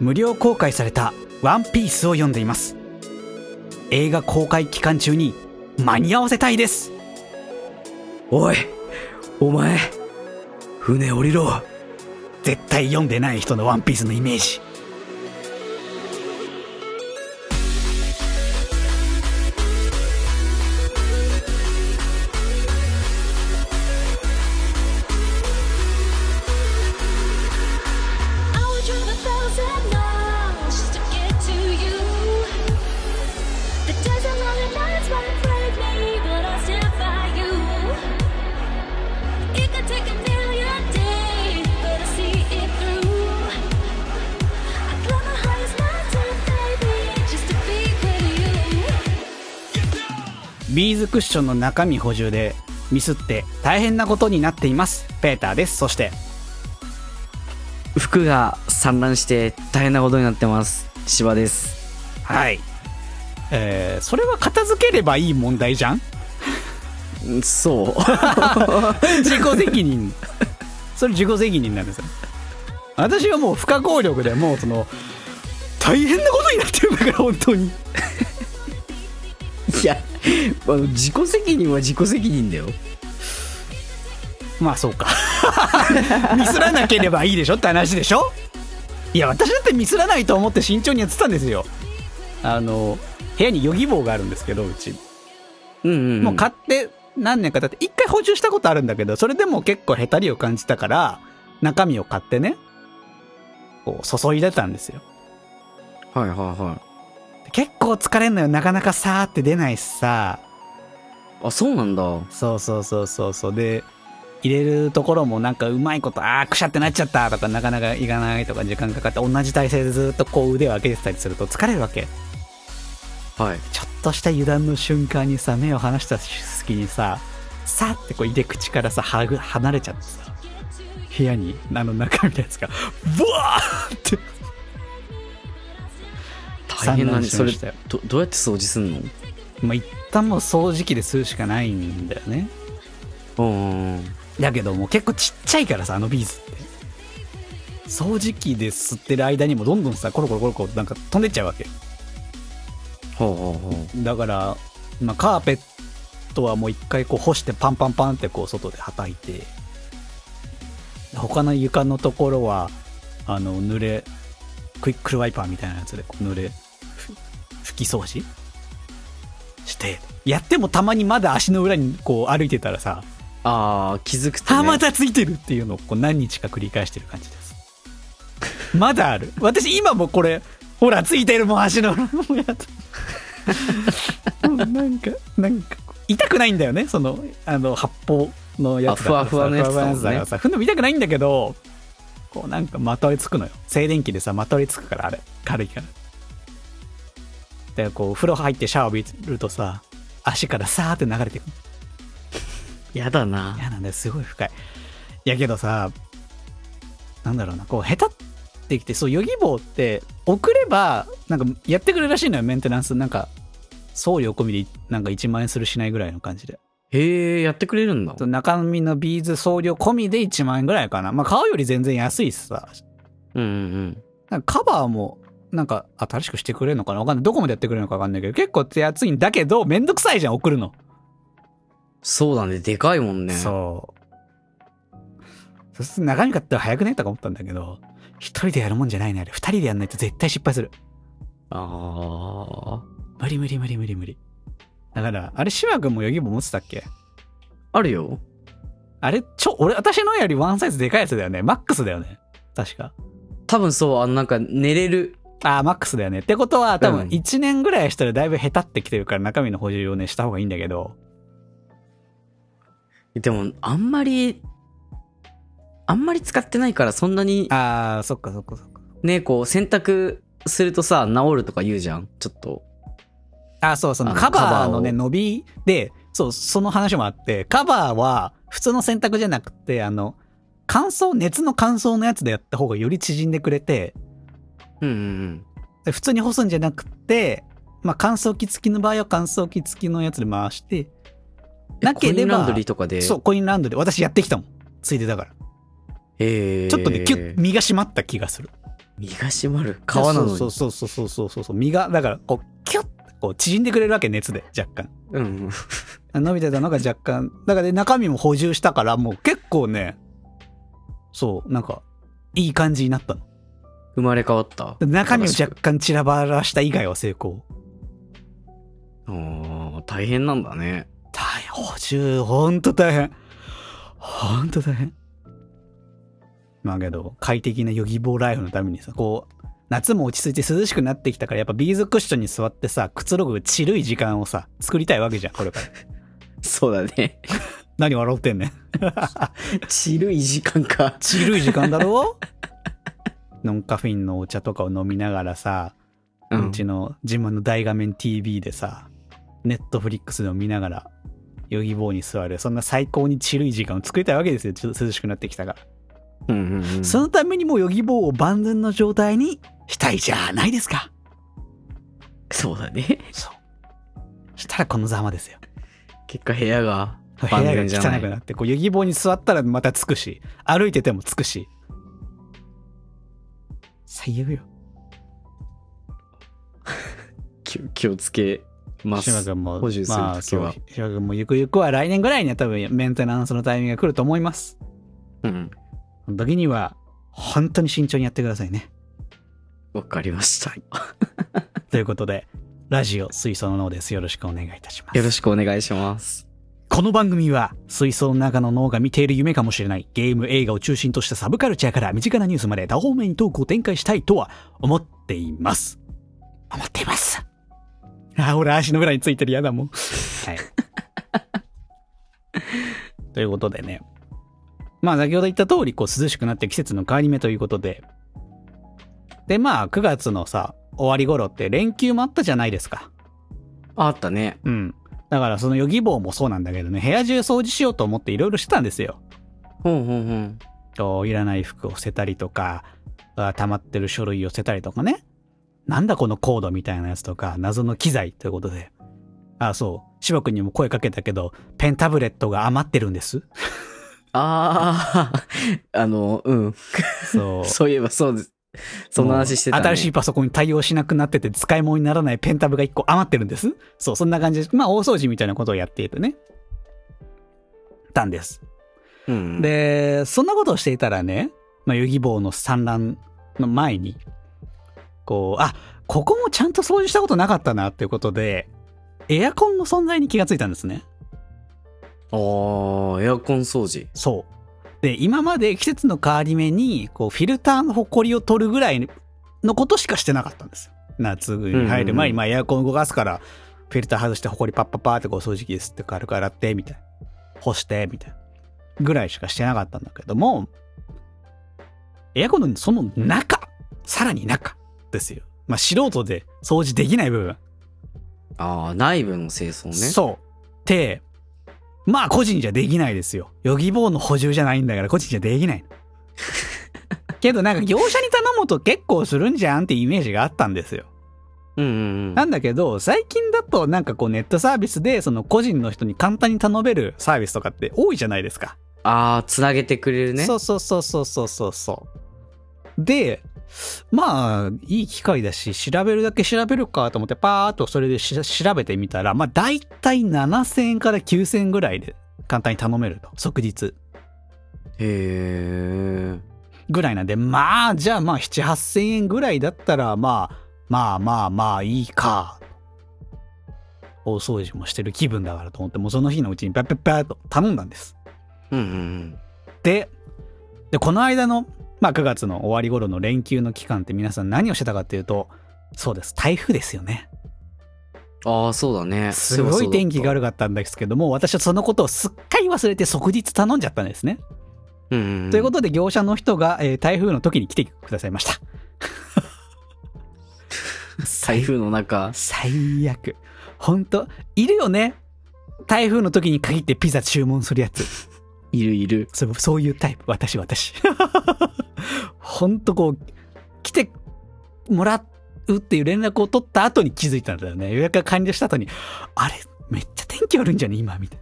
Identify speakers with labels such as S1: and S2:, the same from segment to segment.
S1: 無料公開された「ワンピースを読んでいます映画公開期間中に間に合わせたいです
S2: おいお前船降りろ
S1: 絶対読んでない人の「ワンピースのイメージビーズクッションの中身補充でミスって大変なことになっていますペーターですそして
S3: 服が散乱して大変なことになってます芝です
S1: はいえー、それは片付ければいい問題じゃん
S3: そう
S1: 自己責任それ自己責任なんですよ私はもう不可抗力でもうその大変なことになってるんだから本当に
S3: いやあの自己責任は自己責任だよ
S1: まあそうか ミスらなければいいでしょって話でしょいや私だってミスらないと思って慎重にやってたんですよあの部屋にヨギ棒があるんですけどうち、
S3: うんうんうん、
S1: もう買って何年か経って一回補充したことあるんだけどそれでも結構へたりを感じたから中身を買ってねこう注いでたんですよ
S3: はいはいはい
S1: 結構疲れんのよなかなかさーって出ないしさ
S3: あそうなんだ
S1: そうそうそうそうそうで入れるところもなんかうまいことああくしゃってなっちゃったとかなかなかいかないとか時間かかって同じ体勢でずっとこう腕を上げてたりすると疲れるわけ
S3: はい
S1: ちょっとした油断の瞬間にさ目を離した隙にささってこう入れ口からさはぐ離れちゃってさ部屋にあの中身のやつがブワーって
S3: 大変なねそれどどうやって掃除すんの
S1: まあ一旦もう掃除機でするしかないんだよね
S3: うん
S1: だけどもう結構ちっちゃいからさあのビーズって掃除機で吸ってる間にもどんどんさコロコロコロコロなんか飛んでっちゃうわけ
S3: ほうほうほ
S1: だから、まあ、カーペットはもう一回こう干してパンパンパンってこう外で叩いて他の床のところはあの濡れクイックルワイパーみたいなやつでこう濡れ拭き掃除してやってもたまにまだ足の裏にこう歩いてたらさ
S3: うああ気づくと、ね、
S1: あまたついてるっていうのをこう何日か繰り返してる感じですまだある私今もこれほらついてるもん足の 裏もやっなんかなんか痛くないんだよねそのあの発泡のやつだから
S3: あふわふわのやつだもんね
S1: ふわふわのやからさ踏んでも痛くないんだけどこうなんかまとわりつくのよ静電気でさまとわりつくからあれ軽いからでこう風呂入ってシャワー浴びるとさ足からさーって流れてくる
S3: やだな
S1: 嫌なんだよすごい深いいやけどさなんだろうなこう下手ってきてそうヨギ棒って送ればなんかやってくれるらしいのよメンテナンスなんか送料込みでなんか1万円するしないぐらいの感じで
S3: へえやってくれるんだ
S1: 中身のビーズ送料込みで1万円ぐらいかなまあ買うより全然安いしさ
S3: うんうん
S1: なんかカバーもなんか新しくしてくれるのかなわかんないどこまでやってくれるのかわかんないけど結構手厚いんだけどめんどくさいじゃん送るの
S3: そうだねでかいもんね
S1: そう。そうすると中身買ったら早くねとか思ったんだけど、一人でやるもんじゃないね。あれ、二人でやんないと絶対失敗する。
S3: ああ
S1: 無理無理無理無理無理。だから、あれ、シワ君もヨギボ持ってたっけ
S3: あるよ
S1: あれ、ちょ、俺、私のよりワンサイズでかいやつだよね。マックスだよね。確か。
S3: 多分そうあのなんか寝れる
S1: ああ、マックスだよね。ってことは、多
S3: う
S1: 分
S3: ん
S1: 1年ぐらいしたらだいぶ下手ってきてるから中身の補充をね、した方がいいんだけど。
S3: でもあんまりあんまり使ってないからそんなに
S1: ああ、そっかそっかそっか。
S3: ねこう洗濯するとさ治るとか言うじゃんちょっと
S1: あー、そう、その
S3: あの
S1: カバーのね、
S3: カバ
S1: 伸びで、そう、その話もあって、カバーは普通の洗濯じゃなくて、あの、乾燥、熱の乾燥のやつでやった方がより縮んでくれて、
S3: うんうんうん
S1: で普通に干すんじゃなくて、まあ乾燥機付きの場合は乾燥機付きのやつで回して、
S3: え
S1: なけ
S3: コイ
S1: れ
S3: ンラン
S1: ば
S3: ド、リーとかで
S1: そう、コインランドリー、私やってきたもん。ついでだから。
S3: へえ
S1: ちょっとね、ギュッ、身が締まった気がする。
S3: 身が締まる。皮なのに。
S1: そうそうそうそうそうそうそう身がだからこうキュッこう縮んでくれるわけ熱で若干
S3: うん。
S1: 伸びてたのが若干だからで中身も補充したからもう結構ねそうなんかいい感じになったの
S3: 生まれ変わった。
S1: 中身を
S3: 新しく
S1: 若干散らばらした以外は成功
S3: ああ、大変なんだね。
S1: 大変補充ほんと大変ほんと大変まあけど快適なヨギボーライフのためにさこう夏も落ち着いて涼しくなってきたからやっぱビーズクッションに座ってさくつろぐちるい時間をさ作りたいわけじゃんこれから
S3: そうだ ね。
S1: 何笑ってんねん
S3: ちるい時間か。
S1: ちるい時間だろ ノンカフェインのお茶とかを飲みながらさ、う
S3: うん。
S1: ちの自慢の大画面 TV でさネットフリックスを見ながらヨギボーに座るそんな最高にちるい時間を作りたいわけですよちょっと涼しくなってきたから、
S3: うんうんうん。
S1: そのためにもうヨギボーを万全の状態にしたいじゃないですか
S3: そうだね。
S1: そうしたらこのざまですよ
S3: 結果部屋が
S1: 部
S3: 万
S1: 屋が
S3: 全じゃな
S1: 汚
S3: い
S1: くなってこうヨギボーに座ったらまたつくし歩いててもつくし最悪よ
S3: 気を気をつけま
S1: 島
S3: す。
S1: 君も、
S3: 補充する
S1: まあ、
S3: 時
S1: そ
S3: は
S1: う、島君もゆくゆくは来年ぐらいには多分メンテナンスのタイミングが来ると思います。
S3: うん。
S1: その時には、本当に慎重にやってくださいね。
S3: わかりました。
S1: ということで、ラジオ水槽の脳です。よろしくお願いいたします。
S3: よろしくお願いします。
S1: この番組は水槽の中の脳が見ている夢かもしれないゲーム映画を中心としたサブカルチャーから身近なニュースまで多方面にトークを展開したいとは思っています思っていますあ俺足の裏についてるやだもんはい ということでねまあ先ほど言った通りこう涼しくなって季節の変わり目ということででまあ9月のさ終わり頃って連休もあったじゃないですか
S3: あったね。
S1: うん。だからそのヨギ棒もそうなんだけどね、部屋中掃除しようと思っていろいろしてたんですよ。
S3: ほうほうほう。
S1: こういらない服を捨てたりとか、あ溜まってる書類を捨てたりとかね。なんだこのコードみたいなやつとか、謎の機材ということで。あそう。柴君にも声かけたけど、ペンタブレットが余ってるんです。
S3: あ あ、あの、うん。
S1: そう。
S3: そういえばそうです。そんな話してた、ね。
S1: 新しいパソコンに対応しなくなってて使い物にならないペンタブが1個余ってるんです。そう、そんな感じで、まあ大掃除みたいなことをやっているね。たんです。
S3: うん、
S1: で、そんなことをしていたらね、まあ、遊戯棒の産卵の前に、こう、あ、ここもちゃんと掃除したことなかったなっていうことで、エアコンの存在に気がついたんですね。
S3: ああ、エアコン掃除。
S1: そう。で、今まで季節の変わり目に、こう、フィルターのホコリを取るぐらいのことしかしてなかったんですよ。夏に入る前
S3: うんうんう
S1: に、
S3: ん
S1: まあ、エアコン動かすから、フィルター外してホコリパッパッパーってこう、掃除機ですって軽く洗って、みたいな。干して、みたいな。ぐらいしかしてなかったんだけども、エアコンのその中、さらに中ですよ。まあ、素人で掃除できない部分。
S3: ああ、内部の清掃ね。
S1: そう。で、まあ個人じゃできないですよ。ヨギボーの補充じゃないんだから個人じゃできない の。けどなんか業者に頼むと結構するんじゃんってイメージがあったんですよ。
S3: う。うんうん
S1: なんだけど、最近だとなんかこうネットサービスでその個人の人に簡単に頼めるサービスとかって多いじゃないですか。
S3: ああ、つなげてくれるね。
S1: そうそうそうそうそうそうそう。で、まあ、いい機会だし、調べるだけ調べるかと思って、パーっとそれでし調べてみたら、まあ、だいたい7000円から9000円ぐらいで簡単に頼めると。即日
S3: へえ。
S1: ぐらいなんで、まあ、じゃあまあ、7、8000円ぐらいだったら、まあ、まあまあまあ、いいか。大掃除もしてる気分だからと思って、もうその日のうちにパッパッパッと頼んだんです。
S3: うんうん
S1: ででこの間の、まあ、9月の終わり頃の連休の期間って皆さん何をしてたかっていうとそうです台風ですよね
S3: うん。ああ、そうだね。
S1: すごい天気が
S3: ある。
S1: 悪かったんですけども私はそのことをすっかり忘れて即日頼んじゃったんですね、
S3: うんうんうん。
S1: ということで業者の人が、えー台風の時に来てくださいました
S3: 台風の中。
S1: 最悪ほんといるよね台風の時に限ってピザ注文するやつ
S3: いるいる。
S1: そうそういうタイプ私私 ほんとこう来てもらうっていう連絡を取った後に気づいたんだよね予約が完了した後にあれめっちゃ天気悪いんじゃね今みたい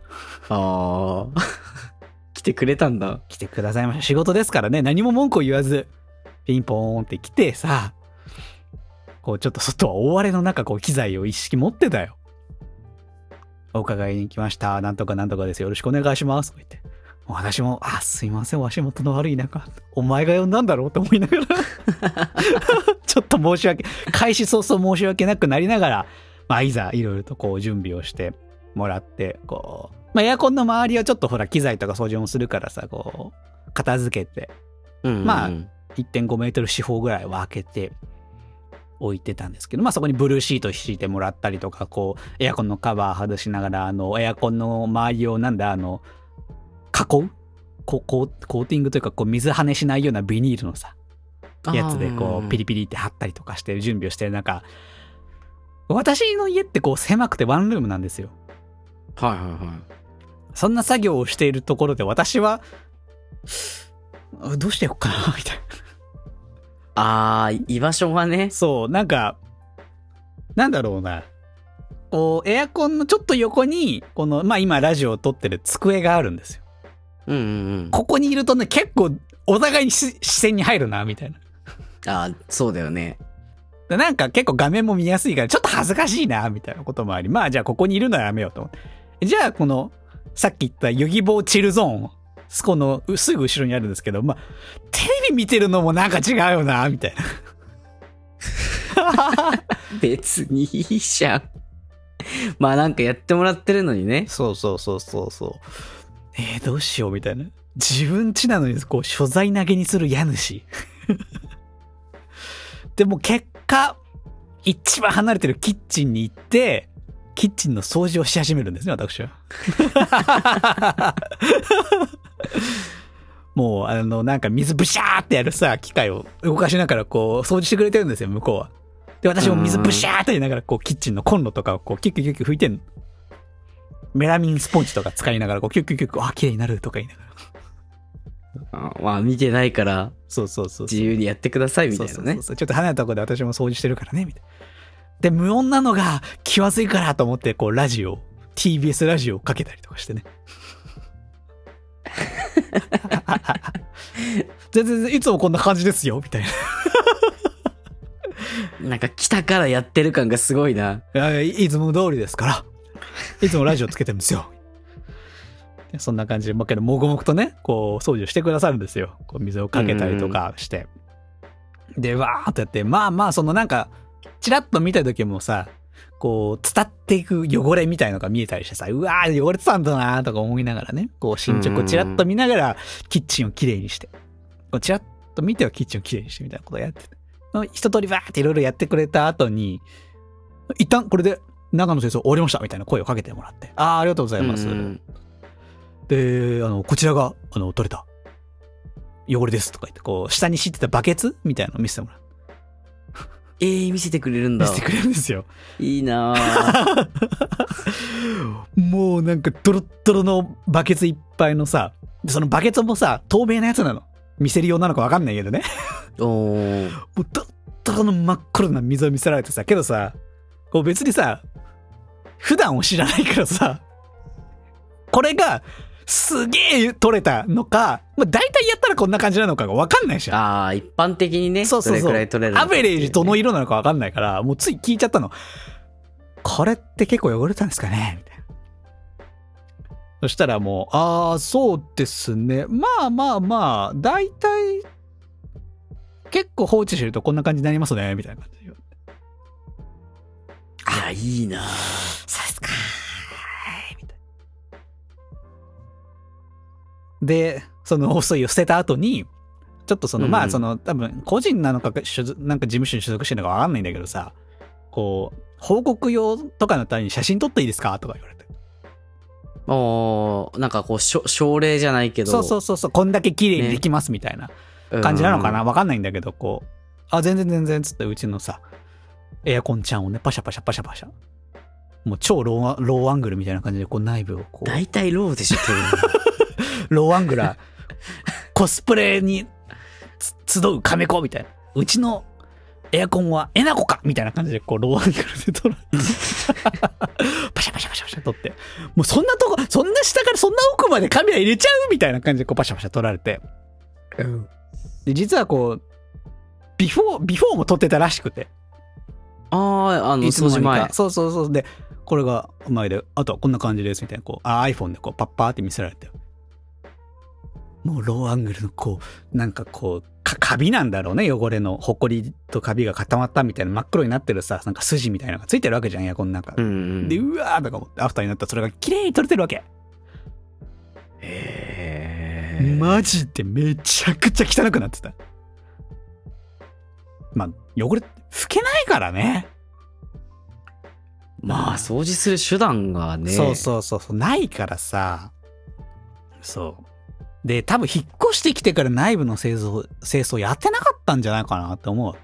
S1: な
S3: あ あ。来てくれたんだ。
S1: 来てくださいました仕事ですからね何も文句を言わずピンポーンって来てさ、こうちょっと外は大荒れの中、こう機材を一式持ってたよ。お伺いに来ました。なんとかなんとかです。よろしくお願いします。とか言って。私も、あ、すいません、足元の悪い中、お前が呼んだんだろうと思いながら、 ちょっと申し訳、開始早々申し訳なくなりながら、まあ、いざ、いろいろとこう準備をしてもらって、こう、まあ、エアコンの周りをちょっとほら、機材とか掃除もするからさ、こう、片付けて、
S3: うん
S1: まあ1.5メートル四方ぐらいは開けて置いてたんですけど、まあそこにブルーシート敷いてもらったりとか、こう、エアコンのカバー外しながら、あの、エアコンの周りをなんだ、あの、囲うここうコーティングというか、こう、水跳ねしないようなビニールのさ、やつでこうピリ
S3: リ。
S1: ピリって貼ったりとかして準備をしてる中私の家ってこう狭くてワンルームなんですよ
S3: はいはいはい。
S1: そんな作業をしているところで私はあどうしてよっかな みたいな
S3: ああ、居場所がね。
S1: そうなんかなんだろうなこうエアコンのちょっと横にこのまあ今ラジオを撮ってる机があるんですよ
S3: うんうんうん。
S1: ここにいるとね結構お互いにし視線に入るなみたいな
S3: ああ、そうだよね。
S1: でなんか結構画面も見やすいから、ちょっと恥ずかしいな、みたいなこともあり、まあじゃあここにいるのはやめようと思って。じゃあこの、さっき言ったヨギボーチルゾーンを、そこのうすぐ後ろにあるんですけど、まあ、テレビ見てるのもなんか違うよな、みたいな。
S3: 別にいいじゃん。 まあなんかやってもらってるのにね。
S1: そうそうそうそうそう。えーどうしよう、みたいな。自分ちなのに、こう、所在投げにする家主。 でも結果、一番離れてるキッチンに行って、キッチンの掃除をし始めるんですね、私は。もう、あの、なんか水ブシャーってやるさ、機械を動かしながらこう、掃除してくれてるんですよ、向こうは。で、私も水ブシャーってやりながら、こう、キッチンのコンロとかをこう、キュッキュッキュッキュ拭いてんの。メラミンスポンジとか使いながら、こう、キュッキュッキュッキュッ、あ、綺麗になるとか言いながら。
S3: あまあ見てないから
S1: そうそうそうそう。
S3: 自由にやってくださいみたい
S1: そ
S3: な
S1: うそう
S3: ね
S1: そう。そうちょっと離れたところで私も掃除してるからね、みたいな。で、無音なのが気まずいからと思って、こう、ラジオ、TBS ラジオをかけたりとか してね。全然、いつもこんな感じですよ、みたいな。
S3: なんか来たからやってる感がすごいな。
S1: いやいいつも通りですから。いつもラジオつけてるんですよ。でそんな感じで、まあ、けど、もぐもぐとね、こう、掃除をしてくださるんですよ。こう、水をかけたりとかして。で、わーっとやって、まあまあ、そのなんか、チラッと見た時もさ、こう、伝っていく汚れみたいのが見えたりしてさ、うわー、汚れてたんだなーとか思いながらね、こう、進捗をチラッと見ながら、キッチンをきれいにして。こうチラッと見てはキッチンをきれいにしてみたいなことをやってて。の一通りわーっていろいろやってくれた後に、一旦これで長野先生終わりましたみたいな声をかけてもらって、ああ、ありがとうございます。
S3: うん
S1: で、あの、こちらが、あの、取れた。汚れですとか言って、こう、下に敷いてたバケツみたいなのを見せてもらう。
S3: えー、見せてくれるん
S1: 見
S3: だ
S1: せ。てくれるんですよ。
S3: いい なあ
S1: もうなんかドロッドロのバケツいっぱいのさ、でそのバケツもさ、透明なやつなの。見せる用なのかわかんないけどね。
S3: おー
S1: もうドロッドロの真っ黒な水を見せられてさ、けどさ、こう別にさ、普段を知らないからさ、これが、すげえ取れたのか、まあ、大体やったらこんな感じなのかがわかんないじゃん。
S3: あー、一般的にね、
S1: そうそう
S3: ど
S1: そう。
S3: れくらい取れるのか
S1: ア
S3: ってい
S1: ベ
S3: うね
S1: レージどの色なのかわかんないから、もうつい聞いちゃったの。これって結構汚れたんですかねみたいな。そしたらもう、ああ、そうですね。まあまあまあ、大体、結構放置してるとこんな感じになりますね、みたいな感じで。
S3: いや、いいなあ
S1: そうですかみたいな。で、その細いを捨てた後に、ちょっとその、
S3: うんうん
S1: まあその、多分個人なのか、所属なんか事務所に所属してるのかわかんないんだけどさ、こう、報告用とかのために写真撮っていいですかとか言われて。
S3: おーなんかこう、しょ奨励じゃないけど。
S1: そうそうそうそう、こんだけ綺麗にできますみたいな。
S3: うん
S1: 感じなのかなわかんないんだけど、こう、あ、全然全然っつって、うちのさ、エアコンちゃんをね、パシャパシャパシャパシャ。もう超ローアローアングルみたいな感じで、こう内部をこう、
S3: 大体ローでしょ、取るの。
S1: ローアングラー、コスプレにつ集うカメ子みたいな。うちのエアコンはえなこかみたいな感じで、こう、ローアングルで撮る。パシャパシャパシャパシャ撮って。もうそんなとこ、そんな下からそんな奥までカメラ入れちゃうみたいな感じで、こう、パシャパシャ撮られて。で、実はこう、ビフォー、ビフォーも撮ってたらしくて。
S3: ああ、あの、
S1: いつの
S3: 掃
S1: 間
S3: 除
S1: にか
S3: 前。
S1: そうそうそう。で、これが前で、あとはこんな感じですみたいな、こう、あ iPhone でこう、パッパーって見せられて。もうローアングルのこう、なんかこう、か、カビなんだろうね、汚れの。ほこりとカビが固まったみたいな、真っ黒になってるさ、なんか筋みたいなのがついてるわけじゃん、エアコンの中。
S3: うんうん。
S1: で、うわーとか思って、アフターになったらそれが綺麗に撮れてるわけ。
S3: へー
S1: マジでめちゃくちゃ汚くなってた。まあ、汚れ、拭けないからね。
S3: まあ、掃除する手段がね。
S1: そうそうそうそう、ないからさ。そう。で、多分引っ越してきてから内部の清掃、清掃やってなかったんじゃないかなって思うわけ。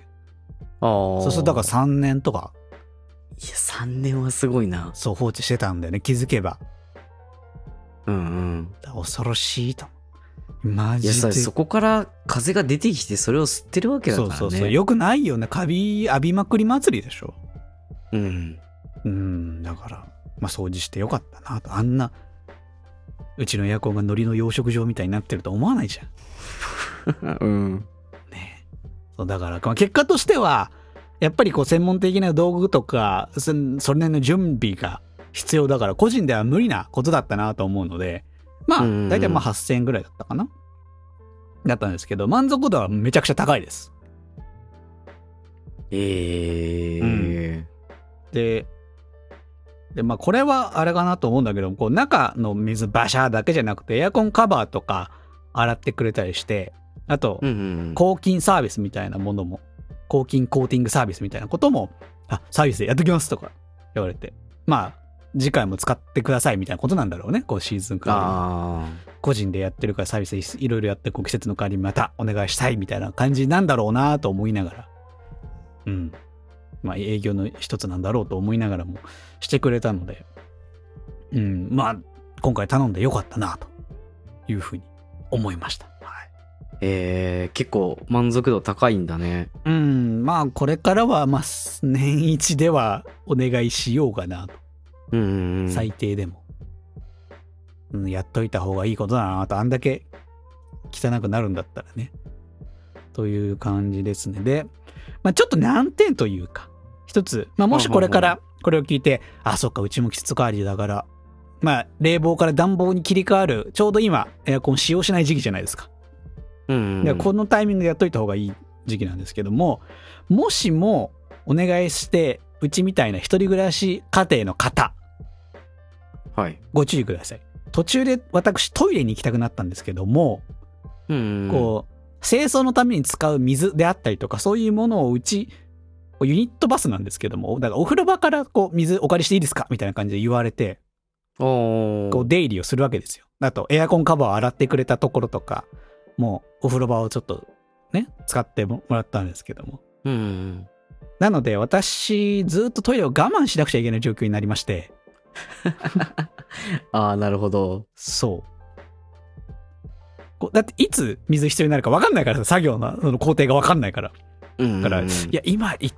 S3: ああ。
S1: そうするとだから3年とか、
S3: いや、3年はすごいな。
S1: そう放置してたんだよね、気づけば。
S3: うん
S1: だから恐ろしいと。マ
S3: うん。い
S1: ジ
S3: や、
S1: で。
S3: さそこから風が出てきて、それを吸ってるわけだか
S1: そ
S3: ら
S1: う
S3: ね。
S1: そうそう。よくないよね。カビ浴びまくり祭りでしょ。
S3: うん。
S1: うん、だから、まあ掃除してよかったなと。あんな、うちのエアコンが海苔の養殖場みたいになってると思わないじゃん。
S3: うん。
S1: ねそうだから、まあ結果としては、やっぱりこう専門的な道具とか、そそれなりの準備が必要だから、個人では無理なことだったなと思うので、まあ、
S3: うんうん
S1: 大体まあ8000円ぐらいだったかな。だったんですけど、満足度はめちゃくちゃ高いです。
S3: ええ
S1: で、で、まあこれはあれかなと思うんだけど、こう中の水バシャーだけじゃなくて、エアコンカバーとか洗ってくれたりして、あと、
S3: うんうん。
S1: 抗菌サービスみたいなものも、抗菌コーティングサービスみたいなことも、あ、サービスでやっときますとか言われて、まあ、次回も使ってくださいみたいなことなんだろうね、こうシーズンから。
S3: あ
S1: 個人でやってるからサービスいろいろやって、こう季節の変わりにまたお願いしたいみたいな感じなんだろうなと思いながら、うん。まあ営業の一つなんだろうと思いながらもしてくれたので、うん、まあ、今回頼んでよかったなというふうに思いました。はい。
S3: あ。ええ結構満足度高いんだね。
S1: うん、まあこれからは、まあ、す年一ではお願いしようかなと、
S3: うんうんうん。
S1: 最低でも、うん。やっといた方がいいことだなと、あんだけ汚くなるんだったらね。という感じですね。で、まあちょっと難点というか、一つ、まあもしこれか
S3: ほう
S1: らこれを聞いて、あ、そっか、うちも季節変わりだから、まあ冷房から暖房に切り替わる、ちょうど今、エアコン使用しない時期じゃないですか。
S3: うん、う
S1: で
S3: ん。
S1: このタイミングでやっといた方がいい時期なんですけどももしもお願いしてうちみたいな一人暮らし家庭の方
S3: はい。
S1: ご注意ください途中で私トイレに行きたくなったんですけども、
S3: うんうん。
S1: こう清掃のために使う水であったりとかそういうものをうちユニットバスなんですけどもだからお風呂場からこう水お借りしていいですかみたいな感じで言われて
S3: おー
S1: こう出入りをするわけですよ。あと、エアコンカバーを洗ってくれたところとか、もうお風呂場をちょっとね、使ってもらったんですけども。
S3: うんうん。
S1: なので、私、ずっとトイレを我慢しなくちゃいけない状況になりまして、
S3: ああ、なるほど。
S1: そう。こうだって、いつ水必要になるか分かんないからさ、作業のその工程が分かんないから。
S3: うんうんうん。
S1: だから、いや、今い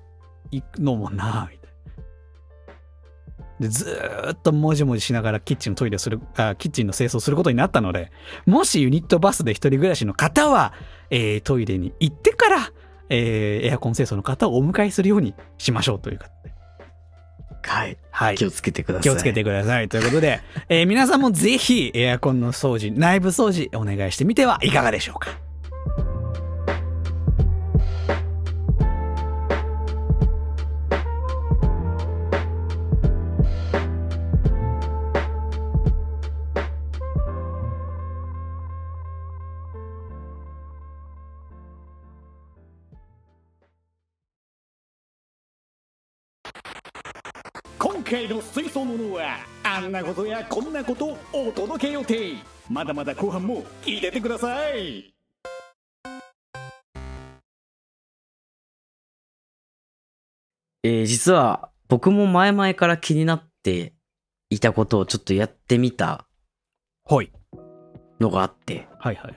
S1: 行くのもなあみたいな。で、ずーっともじもじしながらキッチンのトイレをする、あキッチンの清掃をすることになったので、もしユニットバスで一人暮らしの方は、えートイレに行ってから、えーエアコン清掃の方をお迎えするようにしましょうというか。
S3: はい。
S1: はい。
S3: 気をつけてください。
S1: 気をつけてください。ということで、 えー皆さんもぜひエアコンの掃除、内部掃除お願いしてみてはいかがでしょうか。
S4: 今回の水槽ものはあんなことやこんなことをお届け予定まだまだ後半も聞いててください
S3: えー実は僕も前々から気になっていたことをちょっとやってみた
S1: はい。
S3: のがあって、
S1: はいはいはい。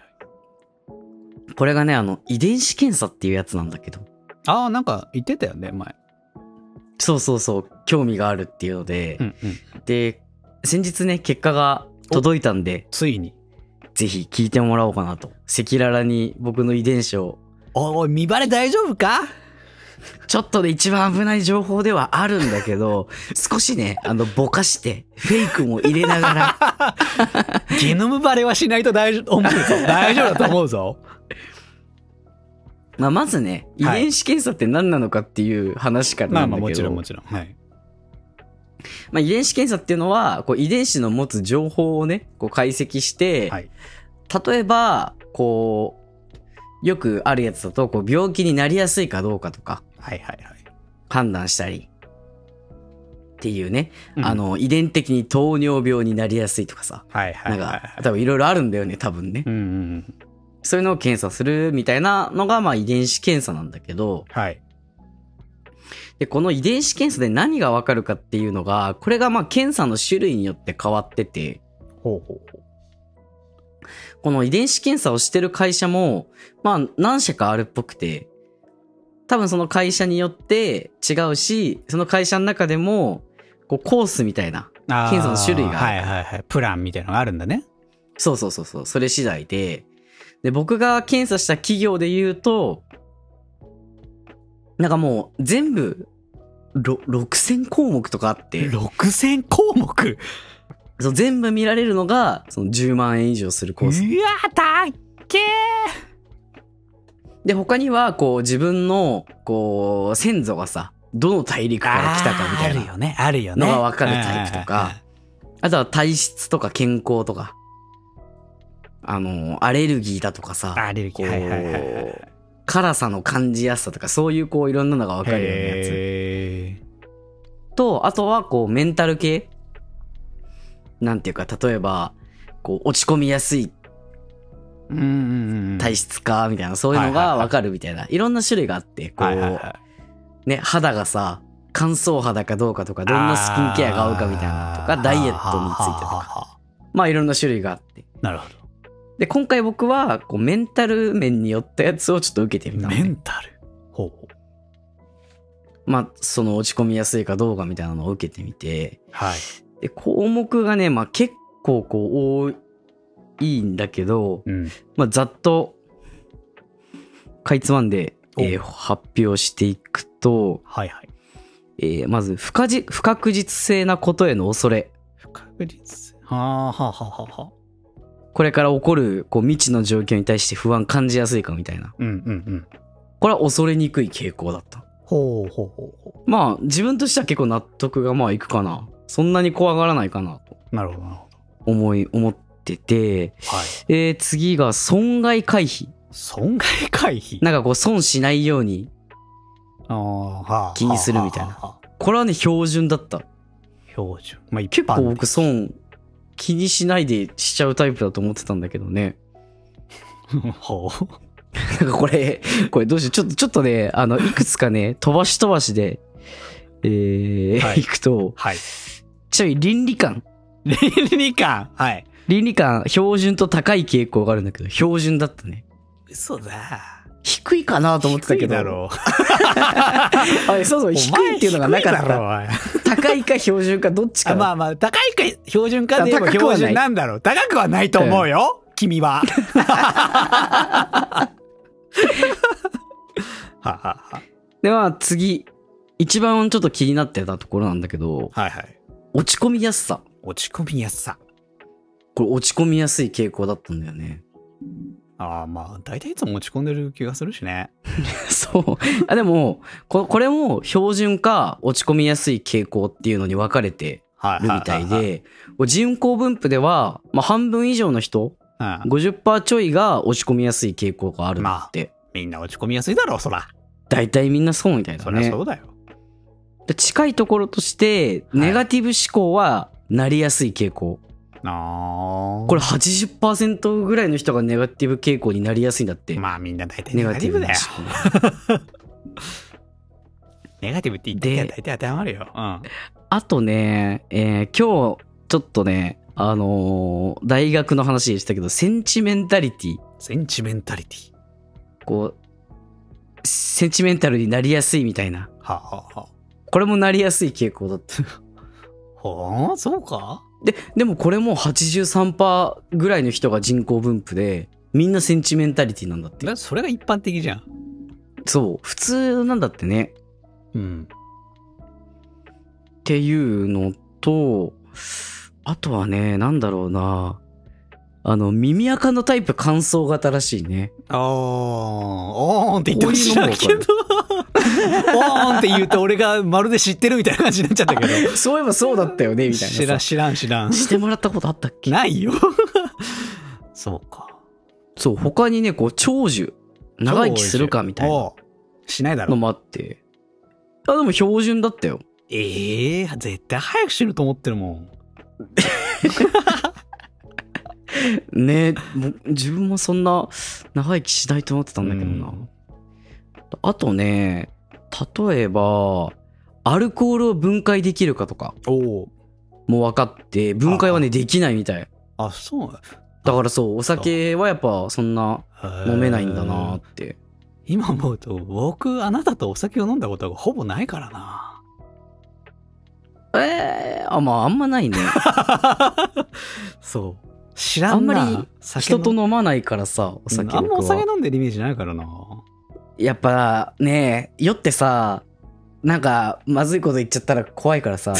S3: これがね、あの、遺伝子検査っていうやつなんだけど、
S1: ああ、なんか言ってたよね、前。
S3: そうそうそう、興味があるっていうので、
S1: うんうん。
S3: で、先日ね、結果が届いたんで、
S1: ついに。
S3: ぜひ聞いてもらおうかなと。赤裸々に僕の遺伝子を
S1: おい、見バレ大丈夫 か
S3: ちょっとで一番危ない情報ではあるんだけど、 少しね、あの、ぼかして、フェイクも入れな がら、
S1: ゲノムバレはしないと大丈夫、 思うぞ。大丈夫だと思うぞ。
S3: まあ、まずね、遺
S1: はい
S3: 伝子検査って何なのかっていう話から
S1: ま
S3: な
S1: あ
S3: んだ
S1: まあ
S3: けど、
S1: もちろんもちろん。はい。
S3: まあ、遺伝子検査っていうのは、こう遺伝子の持つ情報をね、こう解析して、
S1: はい。
S3: 例えば、こう、よくあるやつだと、こう病気になりやすいかどうかとか、
S1: はいはいはい。
S3: 判断したり、っていうね、
S1: うん
S3: あ、の、遺伝的に糖尿病になりやすいとかさ、
S1: はいはい
S3: な
S1: はい
S3: ん
S1: は
S3: か、
S1: い。
S3: 多分いろいろあるんだよね、多分ね
S1: う。んうんうん。
S3: そういうのを検査するみたいなのが、まあ遺伝子検査なんだけど、
S1: はい。
S3: で、この遺伝子検査で何がわかるかっていうのが、これがまあ検査の種類によって変わってて、
S1: ほうほう
S3: この遺伝子検査をしてる会社も、まあ何社かあるっぽくて、多分その会社によって違うし、その会社の中でも、こうコースみたいな、
S1: あー
S3: 検査の種類が
S1: はいはいはい。プランみたいなのがあるんだね。
S3: そうそうそうそう、それ次第で、で、僕が検査した企業で言うと、なんかもう全部、ろ6000項目とかあって、
S1: 6000項目
S3: そう全部見られるのが、その10万円以上するコース。
S1: うわたっけ
S3: で、他には、こう、自分の、こう、先祖がさ、どの大陸から来たかみたい
S1: あーある
S3: な
S1: よね、あるよね。
S3: のが分かるタイプとか、あとは体質とか健康とか、あの、アレルギーだと
S1: う
S3: か
S1: んうんうん。
S3: さ、
S1: アレルギ
S3: こ
S1: ー。はいはいはいは
S3: う、辛さの感じやすさとか、そういうこう、いろんなのが分
S1: い。
S3: かるようなやつ。
S1: へ
S3: と、あとは、こう、メンタル系なんていうか、例えば、こう、落ち込みやすい
S1: ーうんうんうん。
S3: 体質か、みたいな、そういうのが分かるみたいな、いろんな種類があって、こ
S1: はいはいはい、
S3: うね、肌がさ、乾燥肌かどうかとか、どんなスキンケアが合うかみたいなのとか、ダイエットについてとか、
S1: か。
S3: まあいろんな種類があって。
S1: なるほど。
S3: で、今回僕は、こう、メンタル面によったやつをちょっと受けてみたの
S1: メ
S3: ね、
S1: ンタル。ほうほう。
S3: まあ、その落ち込みやすいかどうかみたいなのを受けてみて、
S1: はい。
S3: で、項目がね、まあ結構こう、多いんだけど、
S1: うん。
S3: まあざっと、かいつまんで、えー
S1: お
S3: 発表していくと、
S1: はいはい。
S3: えーまず不可じ、不確実性なことへの恐れ。
S1: 不確実。はあはあはあはあはあ。
S3: これから起こるこう未知の状況に対して不安感じやすいかみたいな。
S1: うんうんうん。
S3: これは恐れにくい傾向だった。
S1: ほうほうほうほ
S3: まあ自分としては結構納得がまあいくかな。そんなに怖がらないかなと
S1: う。なるほどなるほど。
S3: 思い、思ってて。
S1: はい。
S3: えー次が損害回避。
S1: 損害回避
S3: なんかこう損しないように。
S1: あーはあ
S3: 気にするみたいな
S1: はあはあはあ
S3: これはね標準だった。
S1: 標準。まあ一
S3: 結
S1: 般
S3: 構
S1: 的
S3: 僕損気にしないでしちゃうタイプだと思ってたんだけどね。
S1: ほう。
S3: なんかこれ、これどうしよう。ちょっと、ちょっとね、あの、いくつかね、飛ばし飛ばしで、えー、
S1: はい
S3: い、くと、
S1: はい。
S3: ちなみに倫理観。
S1: 倫理観。はい。
S3: 倫理観、標準と高い傾向があるんだけど、標準だったね。
S1: 嘘だ。
S3: 低いかなと思ってたけ
S1: 低
S3: ど。
S1: いだろう。
S3: あそうそう、低いっていうのがなかった。
S1: った。
S3: 高いか標準かどっちか。
S1: あまあまあ、高いか標準かで言えば
S3: あ高くはな
S1: 標準
S3: い
S1: なんだろう。高くはないと思うよ。君 は。ははは
S3: では次、一番ちょっと気になってたところなんだけど、
S1: はいはい。
S3: 落ち込みやすさ。
S1: 落ち込みやすさ。
S3: これ落ち込みやすい傾向だったんだよね。
S1: ああまあ、大体いつも落ち込んでる気がするしね。
S3: そう。あ、でも、ここれも標準か落ち込みやすい傾向っていうのに分かれて
S1: は
S3: るみたい
S1: はは
S3: で、人口分布では、まあ、半分以上の人、
S1: はうん
S3: 50%ちょいが落ち込みやすい傾向があるんだって。
S1: みんな落ち込みやすいだろう、そら。
S3: 大体みんなそうみたいな
S1: そりゃ
S3: ね。
S1: そうだよ。
S3: で近いところとして、
S1: い
S3: ネガティブ思考はなりやすい傾向。
S1: ああ。
S3: これ80%ぐらいの人がネガティブ傾向になりやすいんだって。
S1: まあみんな大体
S3: ネ
S1: ネ
S3: ガ
S1: ガ
S3: テ
S1: ティ
S3: ィブ
S1: ブ
S3: な
S1: だ
S3: 思
S1: よ。
S3: 考。
S1: ネガティブって言ってたら
S3: で
S1: 大体当てはまるよ。うん。
S3: あとね、えー今日ちょっとね、あのー大学の話でしたけど、センチメンタリティ、
S1: センチメンタリティ。
S3: こう、センチメンタルになりやすいみたいな。
S1: はあ、はあは
S3: これもなりやすい傾向 だった。
S1: あ、ほーんそうか
S3: で、でもこれも83%ぐらいの人が人口分布で、みんなセンチメンタリティなんだって。
S1: だそれが一般的じゃん。
S3: そう、普通なんだってね。
S1: うん。
S3: っていうのと、あとはね、なんだろうな。あの、耳垢のタイプ乾燥型らしいね。
S1: あー、おーんって言ってほしいんだけ
S3: こういう
S1: ど。 おーんって言うと俺がまるで知ってるみたいな感じになっちゃ ったけど。
S3: そういえばそうだったよね、みたいなさ。
S1: 知らん知らん知らん。
S3: してもらったことあったっけ
S1: ないよ。そうか。
S3: そう、他にね、こう、長寿、長生きするかみたいな
S1: おう。しないだろ
S3: の。もあって。あ、でも標準だったよ。
S1: ええ絶対早く死ぬと思ってるもん。
S3: ねもう自分もそんな長生きしないと思ってたんだけどな。
S1: うん
S3: あとね、例えば、アルコールを分解できるかとか
S1: おお。
S3: も分かって、分解はね、できないみたい。
S1: あ、そう。
S3: だからそう、お酒はやっぱそんな飲めないんだなっ。て。
S1: 今思うと、僕、あなたとお酒を飲んだことがほぼないからな。
S3: えー、あ、まああんまないね。
S1: そう。知らんな。
S3: あんまり
S1: 酒
S3: 人
S1: の
S3: と飲まないからさ、お酒
S1: うんあんまお
S3: 僕は
S1: 酒飲んでるイメージないからな。
S3: やっぱね酔ってさなんかまずいこと言っちゃったら怖いか らさ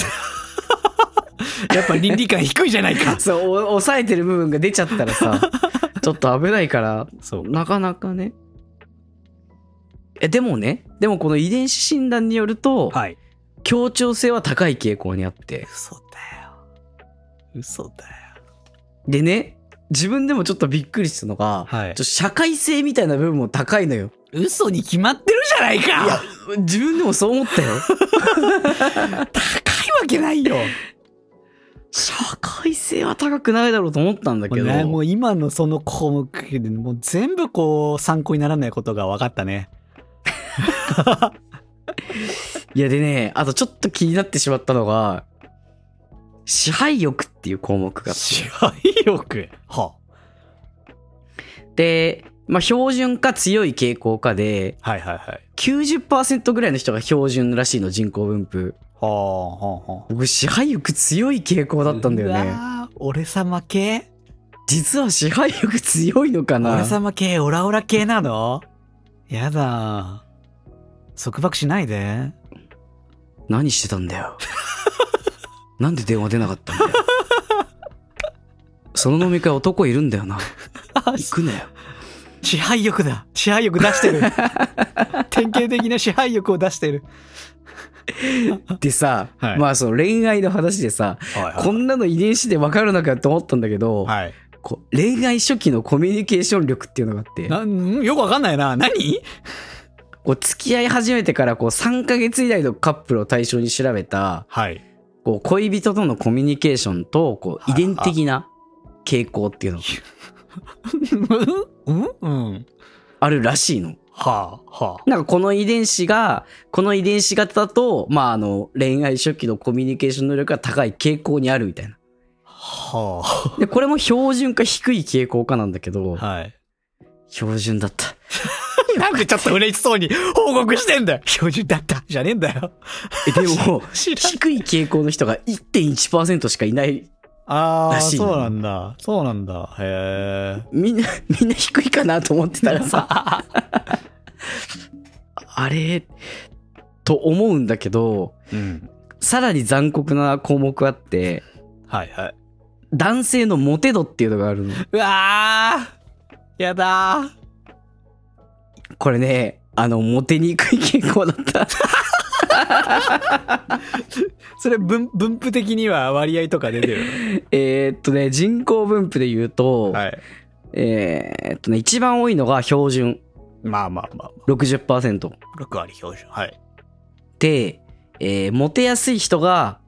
S1: やっぱ倫理観低いじゃない か。
S3: そうお抑えてる部分が出ちゃった らさちょっと危ないから
S1: そう。
S3: なかなかねえでもねでもこの遺伝子診断によると、
S1: はい。
S3: 協調性は高い傾向にあって
S1: 嘘だよ。嘘だよ。
S3: でね自分でもちょっとびっくりしたのが、
S1: はい
S3: ちょっと社会性みたいな部分も高いのよ
S1: 嘘に決まってるじゃないか
S3: いや自分でもそう思っ たよ
S1: 高いわけないよ。
S3: 社会性は高くないだろうと思ったんだ
S1: も
S3: け
S1: う
S3: ど
S1: ね、もう今のその項目で、もう全部こう参考にならないことが分かったね。
S3: いやでね、あとちょっと気になってしまったのが、支配欲っていう項目 があっ
S1: 支配欲。は
S3: て、まあ標準か強い傾向かで、
S1: あ、はいはいはい。
S3: 90%ぐらいの人が標準らしいの、人口分布。
S1: はあ、はあ、は
S3: 僕、支配欲強い傾向
S1: あ。
S3: だったんだよ
S1: う
S3: ね。
S1: わー。俺様系
S3: 実は支配欲強いのかな
S1: 俺様系、オラオラ系なのやだ。束縛しないで。
S3: 何してたんだよ。 なんで電話出なかったんだよ。その飲み会男いるんだよな。行くな よ。
S1: 支配欲だ。支配欲出して る。典型的な支配欲を出してる。
S3: でさ、
S1: はい
S3: まあその恋愛の話でさ、こんなの遺伝子で分かるのかと思ったんだけど、
S1: はい。
S3: こう恋愛初期のコミュニケーション力っていうのがあって、
S1: なんよくわかんないな。何
S3: こう付き合い始めてからこう3ヶ月以内のカップルを対象に調べた、
S1: はい。
S3: こう恋人とのコミュニケーションと、こう遺伝的な傾向っていうのが
S1: うんうん。
S3: あるらしいの。
S1: はあ、はあ。
S3: なんかこの遺伝子が、この遺伝子型だと、まああの恋愛初期のコミュニケーション能力が高い傾向にあるみたいな。
S1: は
S3: で、これも標準か低い傾向かなんだけ
S1: あ。
S3: ど、
S1: はい。
S3: 標準だった。
S1: なんでちょっと嬉しそうに報告してんだよ標準だったじゃねえんだよ。
S3: えでも、
S1: 知らん。
S3: 低い傾向の人が1.1%しかいない。
S1: あ
S3: ら
S1: あ、
S3: しいな
S1: そうなんだ。そうなんだ。へえ。
S3: みんな、 みんな低いかなと思ってたらさ。 あれと思うんだけど、
S1: うん。
S3: さらに残酷な項目あって、
S1: はいはい。
S3: 男性のモテ度っていうのがあるの。
S1: うわーやだー
S3: これね、あの、モテにくい傾向だった。
S1: それ分、分布的には割合とか出てる
S3: えーっとね、人口分布で言うと、
S1: のはい。
S3: えーっとね、一番多いのが標準
S1: まあまあまあま
S3: 60%。
S1: あ。6割標準。はい。
S3: で、えーモテやすい人が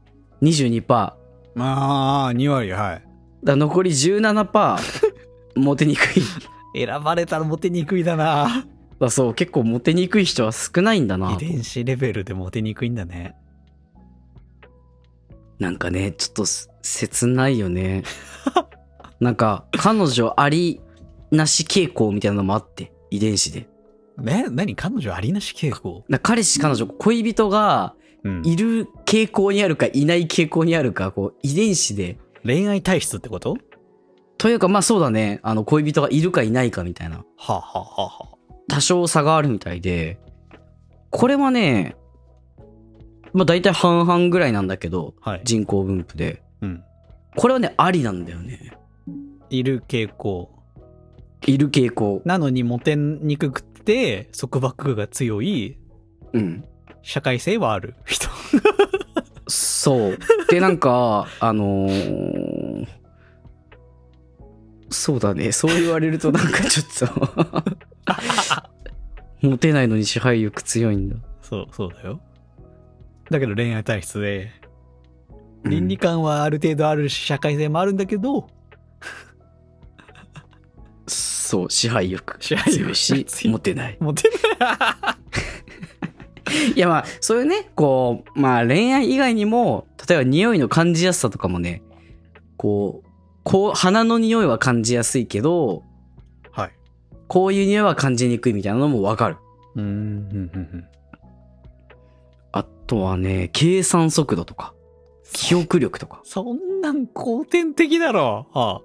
S3: 22%。
S1: まあ、2割、は
S3: だから残り17%モ テにくい
S1: い。選ばれたらモテにくいだな
S3: だそう結構モテにくい人は少ないんだ
S1: 遺
S3: な
S1: 伝子レベルでモテにくいんだね。
S3: なんかねちょっとす切ないよね なんか彼女ありなし傾向みたいなのもあって遺伝子で
S1: ね何彼女ありなし傾向
S3: なんか彼氏彼女恋人が
S1: うん
S3: いる傾向にあるかいない傾向にあるかこう遺伝子で
S1: 恋愛体質ってことは
S3: というかまあそうだねあの恋人がいるかいないかみたいな
S1: あ、はあはあは
S3: 多少差があるみたいで
S1: あ、
S3: これはね、まあ大体半々ぐらいなんだけど、
S1: はい。
S3: 人口分布で。
S1: うん。
S3: これはね、ありなんだよね。
S1: いる傾向。
S3: いる傾向。
S1: なのにモテにくくて束縛が強い
S3: うん。
S1: 社会性はある 人。
S3: そう。で、なんか、 あのーそうだね。そう言われるとなんかちょっ とモテないのに支配欲強いんだ。
S1: そう、そうだよ。だけど恋愛体質で、倫理観はある程度あるし、社会性もあるんだけど、
S3: うんそう、支配欲
S1: 支配
S3: 強
S1: 欲
S3: いし、
S1: 強い
S3: モテない。
S1: モテ
S3: いやまあ、そういうね、こう、まあ恋愛以外にも、例えば匂いの感じやすさとかもね、こう、こう、鼻の匂いは感じやすいけど、
S1: はい。
S3: こういう匂いは感じにくいみたいなのもわかる。
S1: うーん、うん、うんうん。
S3: あとはね、計算速度とか、記憶力とか。
S1: そんなん後天的だろ。あ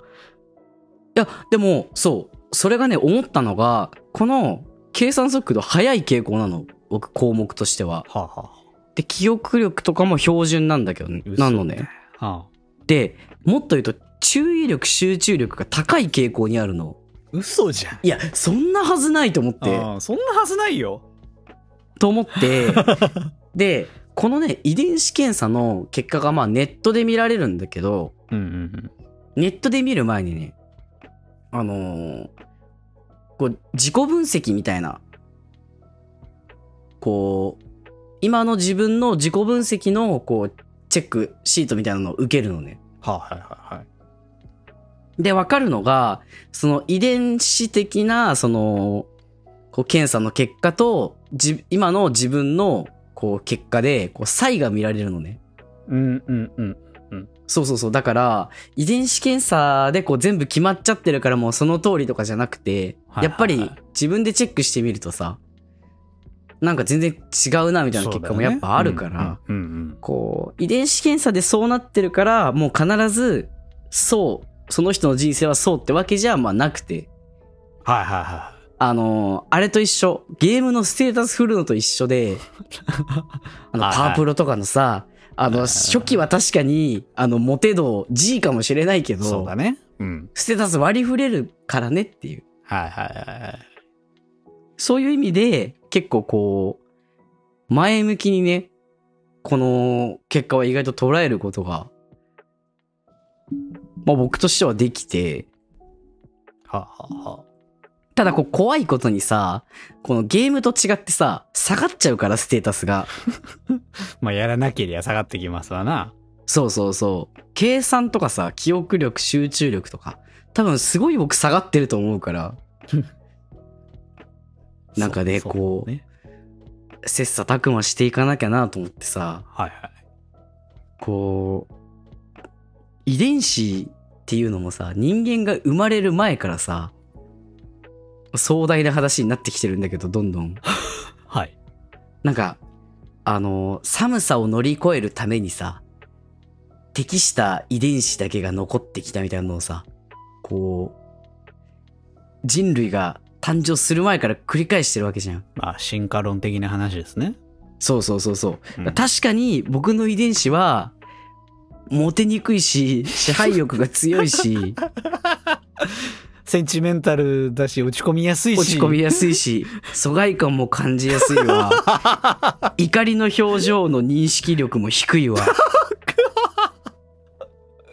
S3: いや、でも、そう、それがね、思ったのが、この計算速度速い傾向なの。僕、項目としては。
S1: あ、はあ、は
S3: で、記憶力とかも標準なんだけど、ね、
S1: 嘘
S3: なのね。
S1: あ、はあ。
S3: で、もっと言うと、注意力、集中力が高い傾向にあるの。
S1: 嘘じゃん。
S3: いや、そんなはずないと思って、
S1: ああそんなはずないよ。
S3: と 思って、で、このね、遺伝子検査の結果がまあネットで見られるんだけど、
S1: うん、うん、
S3: ネットで見る前にね、あのーこう、自己分析みたいな、こう、今の自分の自己分析の、こう、チェックシートみたいなのを受けるのね。
S1: はあ、はい、はい、はい。
S3: で、わかるのが、その遺伝子的な、その、こう、検査の結果と、じ今の自分の、こう、結果で、こう、差異が見られるのね。
S1: うん、うん、うん。
S3: そうそうそう。だから、遺伝子検査でこう全部決まっちゃってるからもうその通りとかじゃなくて、
S1: はいはいはい
S3: やっぱり自分でチェックしてみるとさ、なんか全然違うなみたいな結果もやっぱあるから、
S1: うん、うん、
S3: こう、遺伝子検査でそうなってるから、もう必ず、そう、その人の人生はそうってわけじゃまあなくて、
S1: はい、はい、は
S3: あのーあれと一緒。ゲームのステータス振るのと一 緒で、あの、
S1: はいはい
S3: パワープロとかのさ、あの、初期は確かに、あの、モテ度 G かもしれないけ
S1: い。そう
S3: ど
S1: だ、ね。うん。
S3: ステータス割り振れるからねっていう。
S1: はい、はい、はいはい。
S3: そういう意味で、結構こう、前向きにね、この結果は意外と捉えることが、まあ僕としてはできて、
S1: はあ、はあ、はあ。
S3: ただこう怖いことにさ、このゲームと違ってさ、下がっちゃうからステータスが。
S1: まあ、やらなけりゃ下がってきますわな。
S3: そうそうそう。計算とかさ、記憶力、集中力とか、多分すごい僕下がってると思うから、なんかね
S1: そう
S3: こう
S1: ね
S3: 切磋琢磨していかなきゃなと思ってさ、
S1: はい、はい。
S3: こう、遺伝子っていうのもさ、人間が生まれる前からさ、壮大な話になってきてるんだけど、どんどん。
S1: はい。
S3: なんか、あの、寒さを乗り越えるためにさ、適した遺伝子だけが残ってきたみたいなのをさ、こう、人類が誕生する前から繰り返してるわけじゃん。
S1: まあ、進化論的な話です ね。
S3: そうそうそうそう。
S1: うん
S3: 確かに僕の遺伝子は、モテにくいし、支配欲が強 いし、
S1: センチメンタルだし、落ち込みやすいし。
S3: 落ち込みやすいし、疎外感も感じやすいわ。 怒りの表情の認識力も低いわ。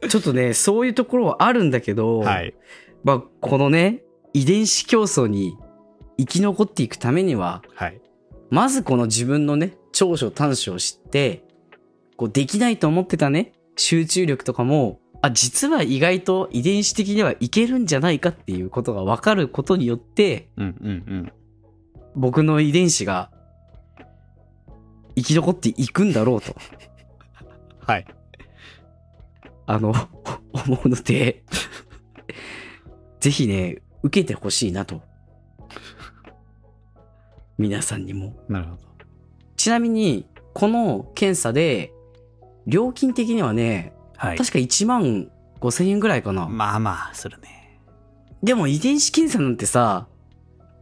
S3: ちょっとね、そういうところはあるんだけど、
S1: はい。
S3: まあ、このね、遺伝子競争に生き残っていくためには、
S1: はい。
S3: まずこの自分のね、長所短所を知って、こうできないと思ってたね、集中力とかも、あ、実は意外と遺伝子的にはいけるんじゃないかっていうことが分かることによって、
S1: うんうん
S3: 僕の遺伝子が生き残っていくんだろうと、
S1: うん。はい。
S3: あの、 思うので、 ぜひね、受けてほしいなと。皆さんにも。
S1: なるほど。
S3: ちなみに、この検査で、料金的にはね、
S1: はい。
S3: 確か1万5千円ぐらいかな。
S1: まあまあ、するね。
S3: でも遺伝子検査なんてさ、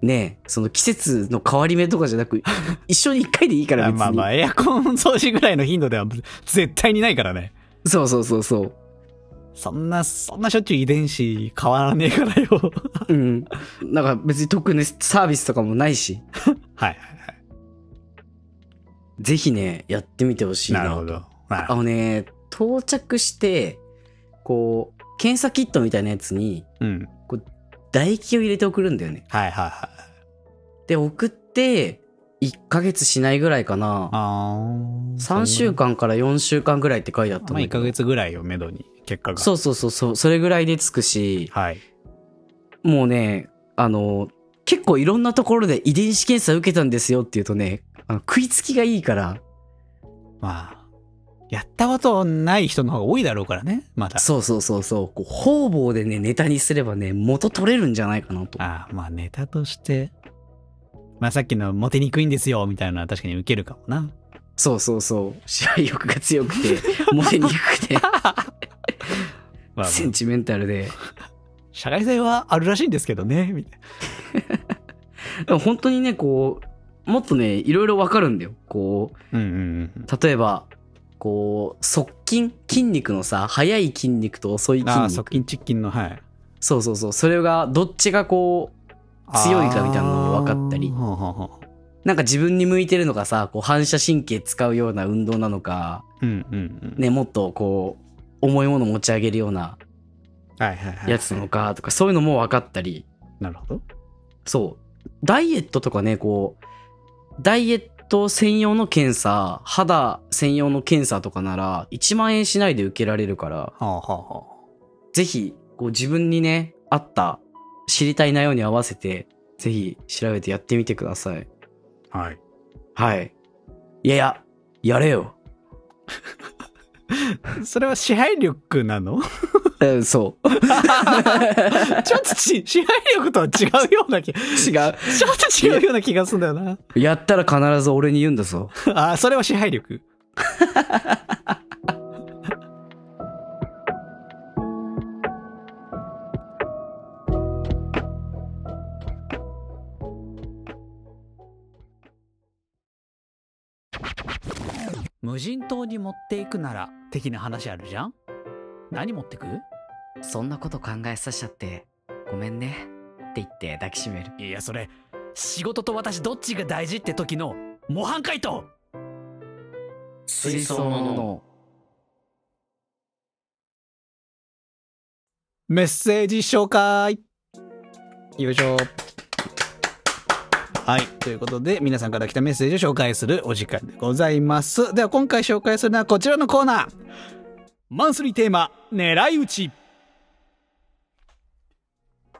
S3: ねその季節の変わり目とかじゃな く、一緒に一回でいいから別に。
S1: まあまあ、エアコン掃除ぐらいの頻度では絶対にないからね。
S3: そうそうそうそう。
S1: そんな、そんなしょっちゅう遺伝子変わらねえから よ。
S3: うん。なんか別に特にサービスとかもないし、
S1: はいはい
S3: ぜひね、やってみてほしいな。
S1: なるほど。なるほ
S3: あ
S1: ど。
S3: のね、到着して、こう、検査キットみたいなやつに
S1: うん。
S3: 唾液を入れて送るんだよね。
S1: はいはいはい。
S3: で、送って、1ヶ月しないぐらいかな。
S1: あー
S3: 3週間から4週間ぐらいって書いてあった
S1: ま
S3: の
S1: あ、1ヶ月ぐらいをめどに結果が。
S3: そうそうそうそう、それぐらいでつくし、
S1: はい。
S3: もうね、あの、結構いろんなところで遺伝子検査受けたんですよっていうとね、あの食いつきがいいから、
S1: まあ、やったことない人の方が多いだろうからね、まだ。
S3: そうそうそうそう、こう方々でね、ネタにすればね、元取れるんじゃないかなと。
S1: ああ、まあネタとして、まあさっきのモテにくいんですよ、みたいなのは確かにウケるかもな。
S3: そうそうそう、支配欲が強く て、モテにくくて、
S1: まあ、まあ
S3: センチメンタルで。
S1: 社会性はあるらしいんですけどね、みたいな。
S3: でも本当にね、こう、もっとね、いろいろわかるんだよ。こう、
S1: うんうんうん。
S3: 例えば、こう、側筋、筋肉のさ、速い筋肉と遅い筋
S1: ああ、
S3: 肉。
S1: 側近チッキンの、はい。
S3: そうそうそう。それが、どっちがこう、強いかみたいなのが分かったり
S1: あーほうほうほう
S3: なんか自分に向いてるのがさ、こう反射神経使うような運動なのか、
S1: うんうんうん。
S3: ね、もっとこう、重いもの持ち上げるような
S1: はいはいはい。
S3: やつなのかとか、そういうのも分かったり、
S1: なるほど。
S3: そう。ダイエットとかね、こう、ダイエット専用の検査、肌専用の検査とかなら、1万円しないで受けられるから、
S1: はあはあは
S3: ぜひ、こう自分にね、合った、知りたい内容に合わせて、ぜひ調べてやってみてください。
S1: あ。はい。
S3: はい。いやいや、やれよ。
S1: それは支配力なの
S3: うん、そう。
S1: ちょっとち支配力とは違うよう な気、ち
S3: 違う。
S1: ょっと違うような気がするんだよな。
S3: やったら必ず俺に言うんだぞ。
S1: ああ、それは支配力。 無人島に持っていくなら的な話あるじゃん何持ってく
S2: そんなこと考えさせちゃってごめんねって言って抱きしめる
S1: いやそれ仕事と私どっちが大事って時の模範解答
S2: 水槽の
S1: メッセージ紹介よいしょはいということで皆さんから来たメッセージを紹介するお時間でございますでは今回紹介するのはこちらのコーナー
S4: マンスリーテーマ狙い撃ち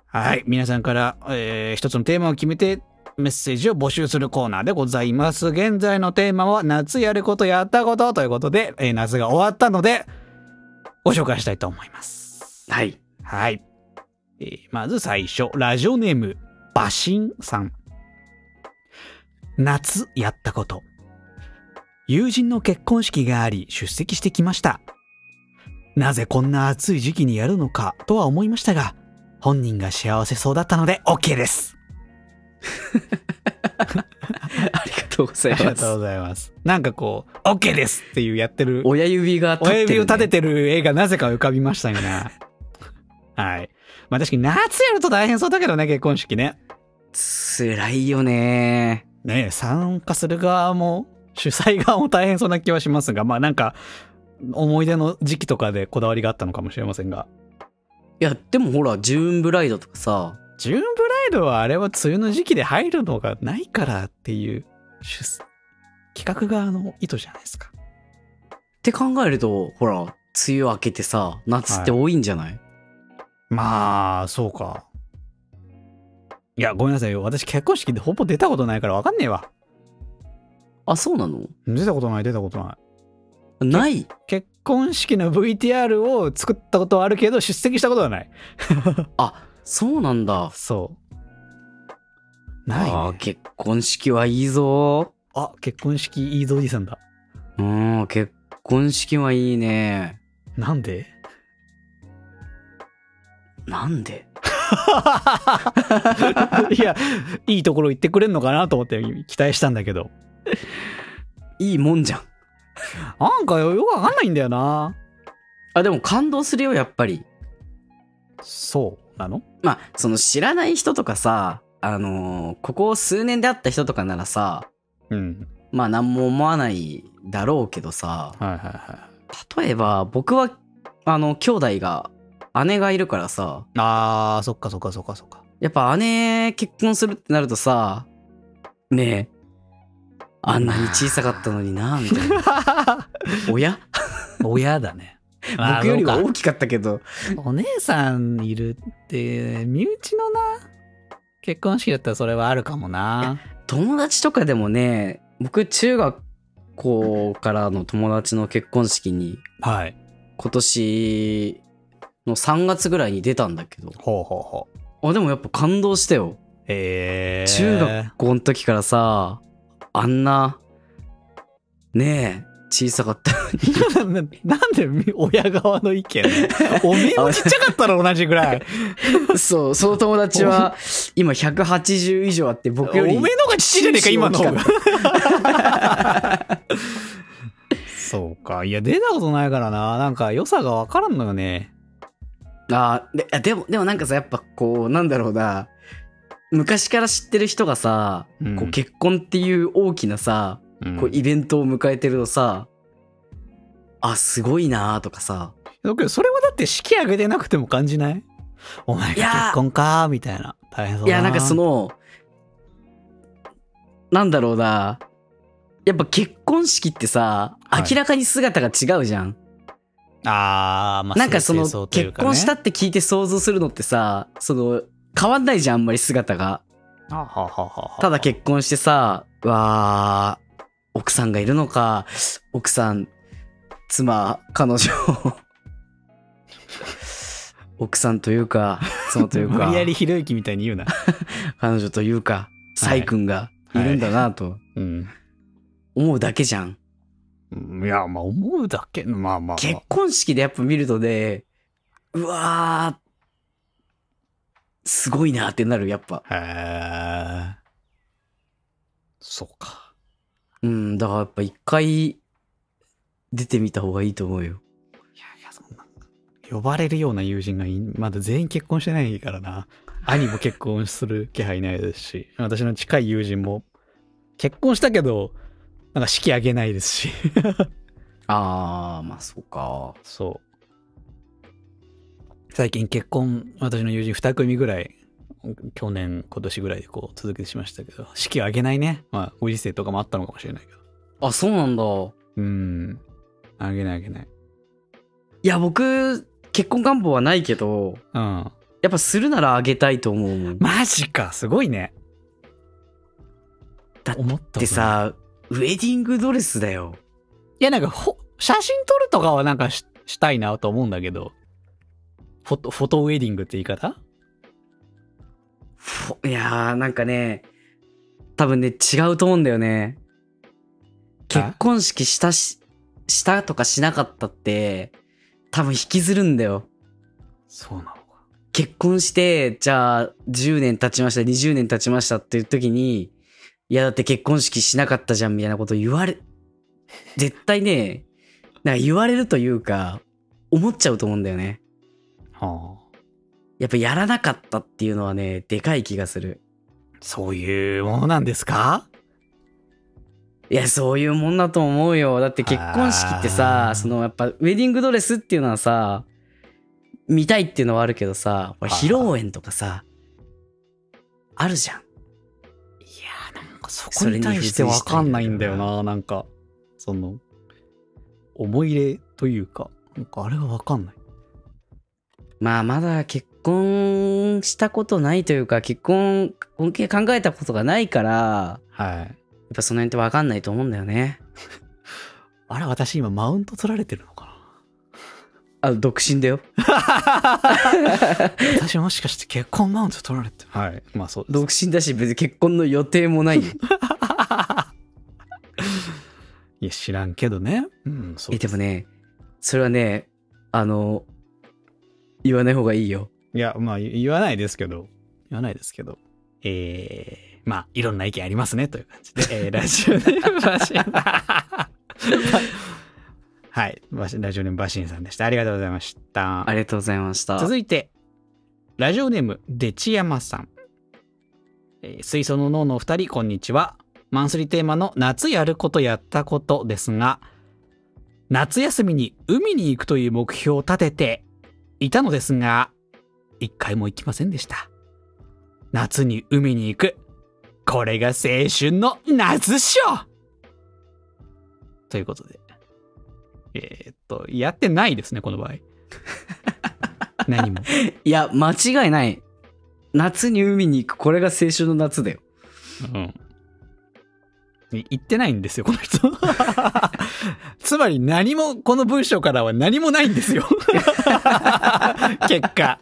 S1: はい皆さんから、えー一つのテーマを決めてメッセージを募集するコーナーでございます現在のテーマは夏やることやったことということで、えー夏が終わったのでご紹介したいと思います
S3: はい。
S1: はい。えーまず最初、ラジオネーム、バシンさん。夏やったこと。友人の結婚式があり出席してきました。なぜこんな暑い時期にやるのかとは思いましたが、本人が幸せそうだったので OK です。
S3: ありがとうござい
S1: ありが
S3: ま
S1: とう
S3: す。
S1: ございます。なんかこう、OK ですっていうやってる
S3: 親指が立ってる、
S1: 親
S3: ね。
S1: 指を立ててる絵がなぜか浮かびましたよね。はい。まあ確かに夏やると大変そうだけどね、結婚式ね。
S3: 辛いよね。
S1: ねえ参加する側も主催側も大変そうな気はしますがまあなんか思い出の時期とかでこだわりがあったのかもしれませんが
S3: いや、でもほら、ジューンブライドとかさ、
S1: ジューンブライドはあれは梅雨の時期で入るのがないからっていう主企画側の意図じゃないですか
S3: って考えると、ほら、梅雨明けてさ、夏って多いんじゃない、
S1: まあそうかいやごめんなさいよ私結婚式でほぼ出たことないからわかんねえわ
S3: あ、そうなの
S1: 出たことない出たことない
S3: ない
S1: 結婚式の VTR を作ったことはあるけど出席したことはない
S3: あ、そうなんだ。
S1: そうない、ね、
S3: ああー、結婚式はいいぞ。
S1: あ、結婚式いいぞおじさんだ。
S3: うん、結婚式はい いね。
S1: なんで
S3: なんで
S1: いや、いいところ行ってくれんのかなと思って期待したんだけど。
S3: いいもんじゃん。
S1: なんかよくわかんないんだよな。
S3: あ、でも感動するよ、やっぱり。
S1: そうなの
S3: まあ、その知らない人とかさ、あのーここ数年で会った人とかならさ、
S1: うん。
S3: まあ何も思わないだろうけどさ、
S1: はいはいは
S3: 例えば僕は、あの、兄弟が、姉がいるからさ、
S1: い。あー、そっかそっかそっかそっか。
S3: やっぱ姉結婚するってなるとさ、ねえ、あんなに小さかったのにな、み たいな。親
S1: 親だね。あー
S3: 僕よりは
S1: そう
S3: 大きかったけど。
S1: かお姉さんいるって、身内のな、結婚式だったらそれはあるかもな。
S3: 友達とかでもね僕中学校からの友達の結婚式に
S1: はい。
S3: 今年の3月ぐらいに出たんだけど
S1: ほうほうほう。
S3: あでもやっぱ感動したよ、
S1: えー。
S3: 中学校の時からさあんなねえ小さかった
S1: ななんで親側の意見おめえもちっちゃかったら同じぐらい。
S3: そうその友達は今180以上あって
S1: お
S3: 僕
S1: めえ
S3: より
S1: の方がちっちゃいねえか、今の方が。そうか。いや、出たことないからな。なんか良さがわからんのよね。
S3: あーであでもでもなんかさやっぱこうなんだろうな昔から知ってる人がさ、
S1: うん
S3: こう結婚っていう大きなさ、
S1: うん
S3: こうイベントを迎えてるとさあすごいなーとかさ
S1: だけど、それはだって式挙げてなくても感じないお前
S3: いや
S1: が結婚かみたいな。大変そう
S3: い
S1: だ
S3: やなんかそ、のなんだろうなやっぱ結婚式ってさ
S1: はい
S3: 明らかに姿が違うじゃん、
S1: あー、まあ、
S3: なんかその
S1: 清々という
S3: 結
S1: かね
S3: 婚したって聞いて想像するのってさその変わんないじゃんあんまり姿が
S1: あはははは
S3: ただ結婚してさ、うわー奥さんがいるのか、奥さん、妻、彼女、奥さんというか、妻という
S1: 無
S3: か
S1: 理、やりひろゆきみたいに言うな。
S3: 彼女というか、サイ君がいるんだなと
S1: うん。
S3: 思うだけじゃん。
S1: いや、まあ、思うだけ、まあまあ、
S3: 結婚式でやっぱ見るとね、うわー、すごいなってなる、やっぱ。
S1: へえ。そうか。
S3: うん、だからやっぱ一回出てみた方がいいと思うよ。
S1: いやいや、そんな。呼ばれるような友人がいまだ全員結婚してないからな。兄も結婚する気配ないですし、 私の近い友人も結婚したけど、なんか式あげないですし。
S3: あー、まあそうか。
S1: そう。最近結婚、私の友人2組ぐらい、去年、今年ぐらいでこう続けてしましたけど、式あげないね。まあ、ご時世とかもあったのかもしれないけど。
S3: あ、そうなんだ。
S1: うん。あげないあげない。
S3: いや、僕、結婚願望はないけど、
S1: うん。
S3: やっぱするならあげたいと思うもん。
S1: マジか、すごいね。
S3: だって
S1: 思ったことない
S3: で、さ、ウェディングドレスだよ。
S1: いやなんかほ、写真撮るとかはなんかししたいなと思うんだけど、フォト、フォトウェディングって言い方
S3: ふいやー、なんかね、多分ね、違うと思うんだよね。結婚式したし、したとかしなかったって、多分引きずるんだよ。
S1: そうなのか。
S3: 結婚して、じゃあ、10年経ちました、20年経ちましたっていう時に、いや、だって結婚式しなかったじゃんみたいなこと言われ、絶対ね、なんか言われるというか、思っちゃうと思うんだよね。
S1: はあ、
S3: やっぱやらなかったっていうのはね、でかい気がする。
S1: そういうものなんですか
S3: いや、そういうもんだと思うよ。だって結婚式って
S1: あ
S3: さ、
S1: ー
S3: そのやっぱウェディングドレスっていうのはさ、見たいっていうのはあるけどさ、やっぱ披露宴とかさ、あるじゃん。
S1: いやなんかそ
S3: こに対して
S1: わかんないんだよな、なんか、その、思い入れというか、なんかあれがわかんない。
S3: まあまだ結婚したことないというか結婚本気で考えたことがないからや
S1: はい。
S3: っぱその辺って分かんないと思うんだよね。
S1: あれ、私今マウント取られてるのかな
S3: あ独身だよ。
S1: 私もしかして結婚マウント取られてるはい。まあそうです
S3: 独身だし別に結婚の予定も ないよ。
S1: いや、知らんけどね。うん、そう
S3: えでもねそれはねあの言わない方がいいよ。
S1: いや、まあ、い言わないですけど、言わないですけど、えー、まあ、いろんな意見ありますね、という感じで、えー、ラジオネームバシン はい、バシラジオネームバシンさんでした。ありがとうございました
S3: あ。りがとうございました。
S1: 続いて、ラジオネーム、でちやまさん。えー水素の脳のお二人、こんにちは。マンスリーテーマの夏やることやったことですが、夏休みに海に行くという目標を立てていたのですが、一回も行きませんでした。夏に海に行く。これが青春の夏っしょということで。えーっと、やってないですね、この場合。何も。
S3: いや、間違いない。夏に海に行く、これが青春の夏だよ。
S1: うん。い言ってないんですよ、この人。 つまり何も、この文章からは何もないんですよ。 結果。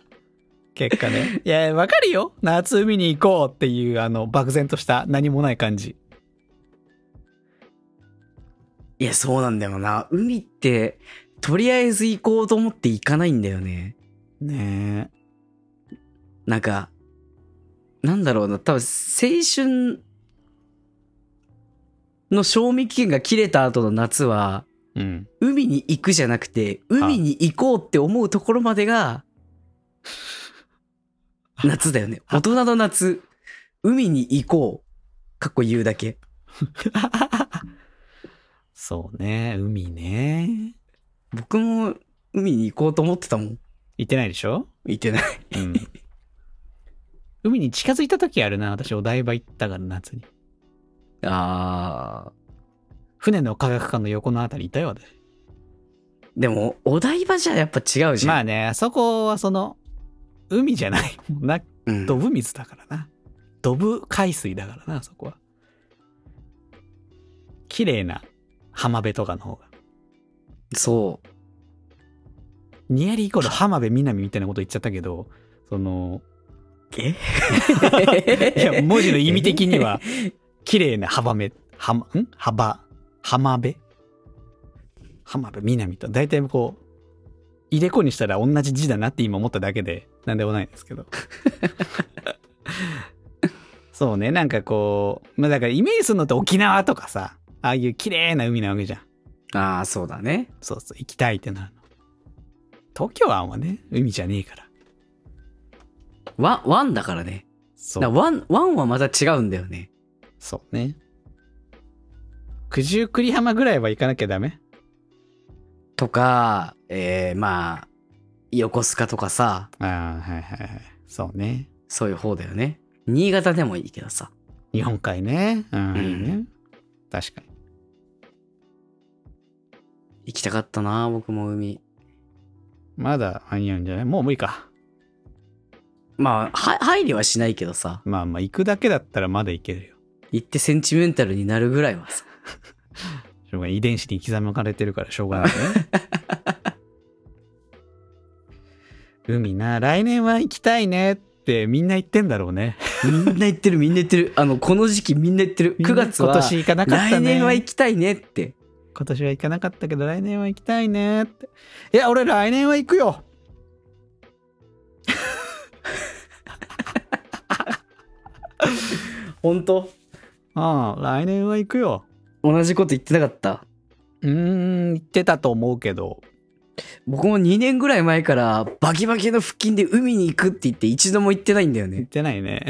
S1: 結果ね。いや、わかるよ。夏海に行こうっていう、あの、漠然とした何もない感じ。
S3: いや、そうなんだよな。海って、とりあえず行こうと思って行かないんだよね。
S1: ねえ。
S3: なんか、なんだろうな。多分、青春の賞味期限が切れた後の夏は、
S1: うん。
S3: 海に行くじゃなくて、海に行こうって思うところまでが、夏だよね。大人の夏、海に行こう。かっこ言うだけ。
S1: そうね。海ね。
S3: 僕も海に行こうと思ってたもん。
S1: 行ってないでしょ
S3: 行 ってない。
S1: うん。海に近づいた時あるな。私、お台場行ったから、夏に。
S3: あー。
S1: 船の科学館の横のあたりいたよ、私。
S3: でも、お台場じゃやっぱ違うじゃん。
S1: まあね、そこはその、海じゃない。もうな、
S3: うん
S1: ドブ水だからな。ドブ海水だからな、そこは。綺麗な浜辺とかの方が。
S3: そう。
S1: ニアリーイコール浜辺南みたいなこと言っちゃったけど、その、
S3: え
S1: いや、文字の意味的には、綺麗な浜辺、浜、ん幅、浜辺浜辺南と、大体こう、入れ子にしたら同じ字だなって今思っただけで、なんでもないですけど。そうね、なんかこう、まあだからイメージするのって沖縄とかさ、ああいう綺麗な海なわけじゃん。
S3: ああ、そうだね。
S1: そうそう、行きたいってなるの。東京湾はね、海じゃねえから。
S3: ワン、ワンだからね。
S1: そ
S3: だからワン、ワンはまた違うんだよね。
S1: そうね。九十九里浜ぐらいは行かなきゃダメ
S3: とか、えー、まあ、横須賀とかさ、
S1: ああ、はいはいはい。そうね。
S3: そういう方だよね。新潟でもいいけどさ。
S1: 日本海ね。うん、
S3: うん
S1: いいね。確かに。
S3: 行きたかったな、僕も海。
S1: まだ間に合うんじゃないもう無理か。
S3: まあ、は配慮はしないけどさ、
S1: まあまあ、行くだけだったらまだ行けるよ。
S3: 行ってセンチメンタルになるぐらいはさ。
S1: しょうがない。遺伝子に刻まれてるからしょう がないね。海な、来年は行きたいねってみんな言ってんだろうね。
S3: みんな行ってる、みんな行ってる。あの、この時期みんな行ってる。9月は
S1: 今、年行かなかったね。
S3: 来年は行きたいねって。
S1: 今年は行かなかったけど来年は行きたいねって。いや、俺来年は行くよ
S3: 本当
S1: ああ、来年は行くよ。
S3: 同じこと言ってなかった。
S1: うーん、言ってたと思うけど。
S3: 僕も2年ぐらい前からバキバキの腹筋で海に行くって言って一度も行ってないんだよ
S1: 言っ
S3: ね。
S1: てないね。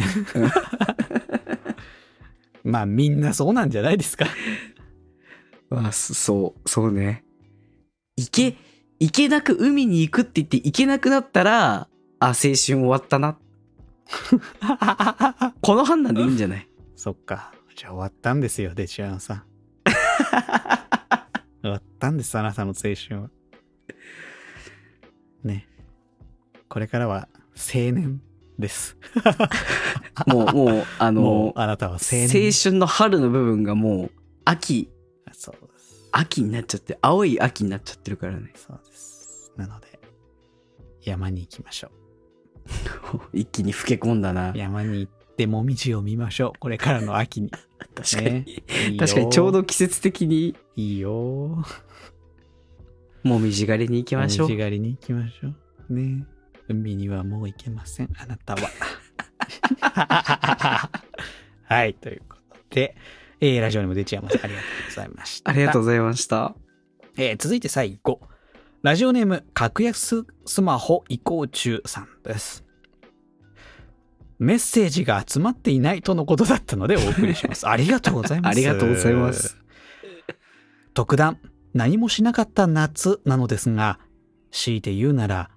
S1: まあみんなそうなんじゃないですか。
S3: あ、そそう、そうね。行け、行けなく海に行くって言って行けなくなったら、あ、青春終わったな。この判断でいいんじゃない
S1: そっか。じゃあ終わったんですよ、デチュアンさん。終わったんです、あなたの青春は。ね。これからは青年です。
S3: もう、もう、あ
S1: もう
S3: の、
S1: あなたは青
S3: 青
S1: 年。
S3: 春の春の部分がもう、秋、
S1: そうです。
S3: 秋になっちゃって、青い秋になっちゃってるからね。
S1: そうです。なので、山に行きましょ
S3: 一気に老け込んだな
S1: う。。山に行って、もみじを見ましょう。これからの秋に。
S3: 確かに。
S1: ねいいよ
S3: 確かにちょうど季節的に、
S1: いいよ。
S3: もみじ狩りに行きましょう
S1: もみ。じ狩りに行きましょう。ね。海にはもう行けません、あなたは。はい、ということで、えーラジオにも出ちゃいます。ありがとうございました。
S3: ありがとうございました。
S1: えー続いて最後。ラジオネーム、格安スマホ移行中さんです。メッセージが集まっていないとのことだったのでお送りし ます。ありがとうございます。
S3: ありがとうございます。
S1: 特段、何もしなかった夏なのですが、強いて言うなら、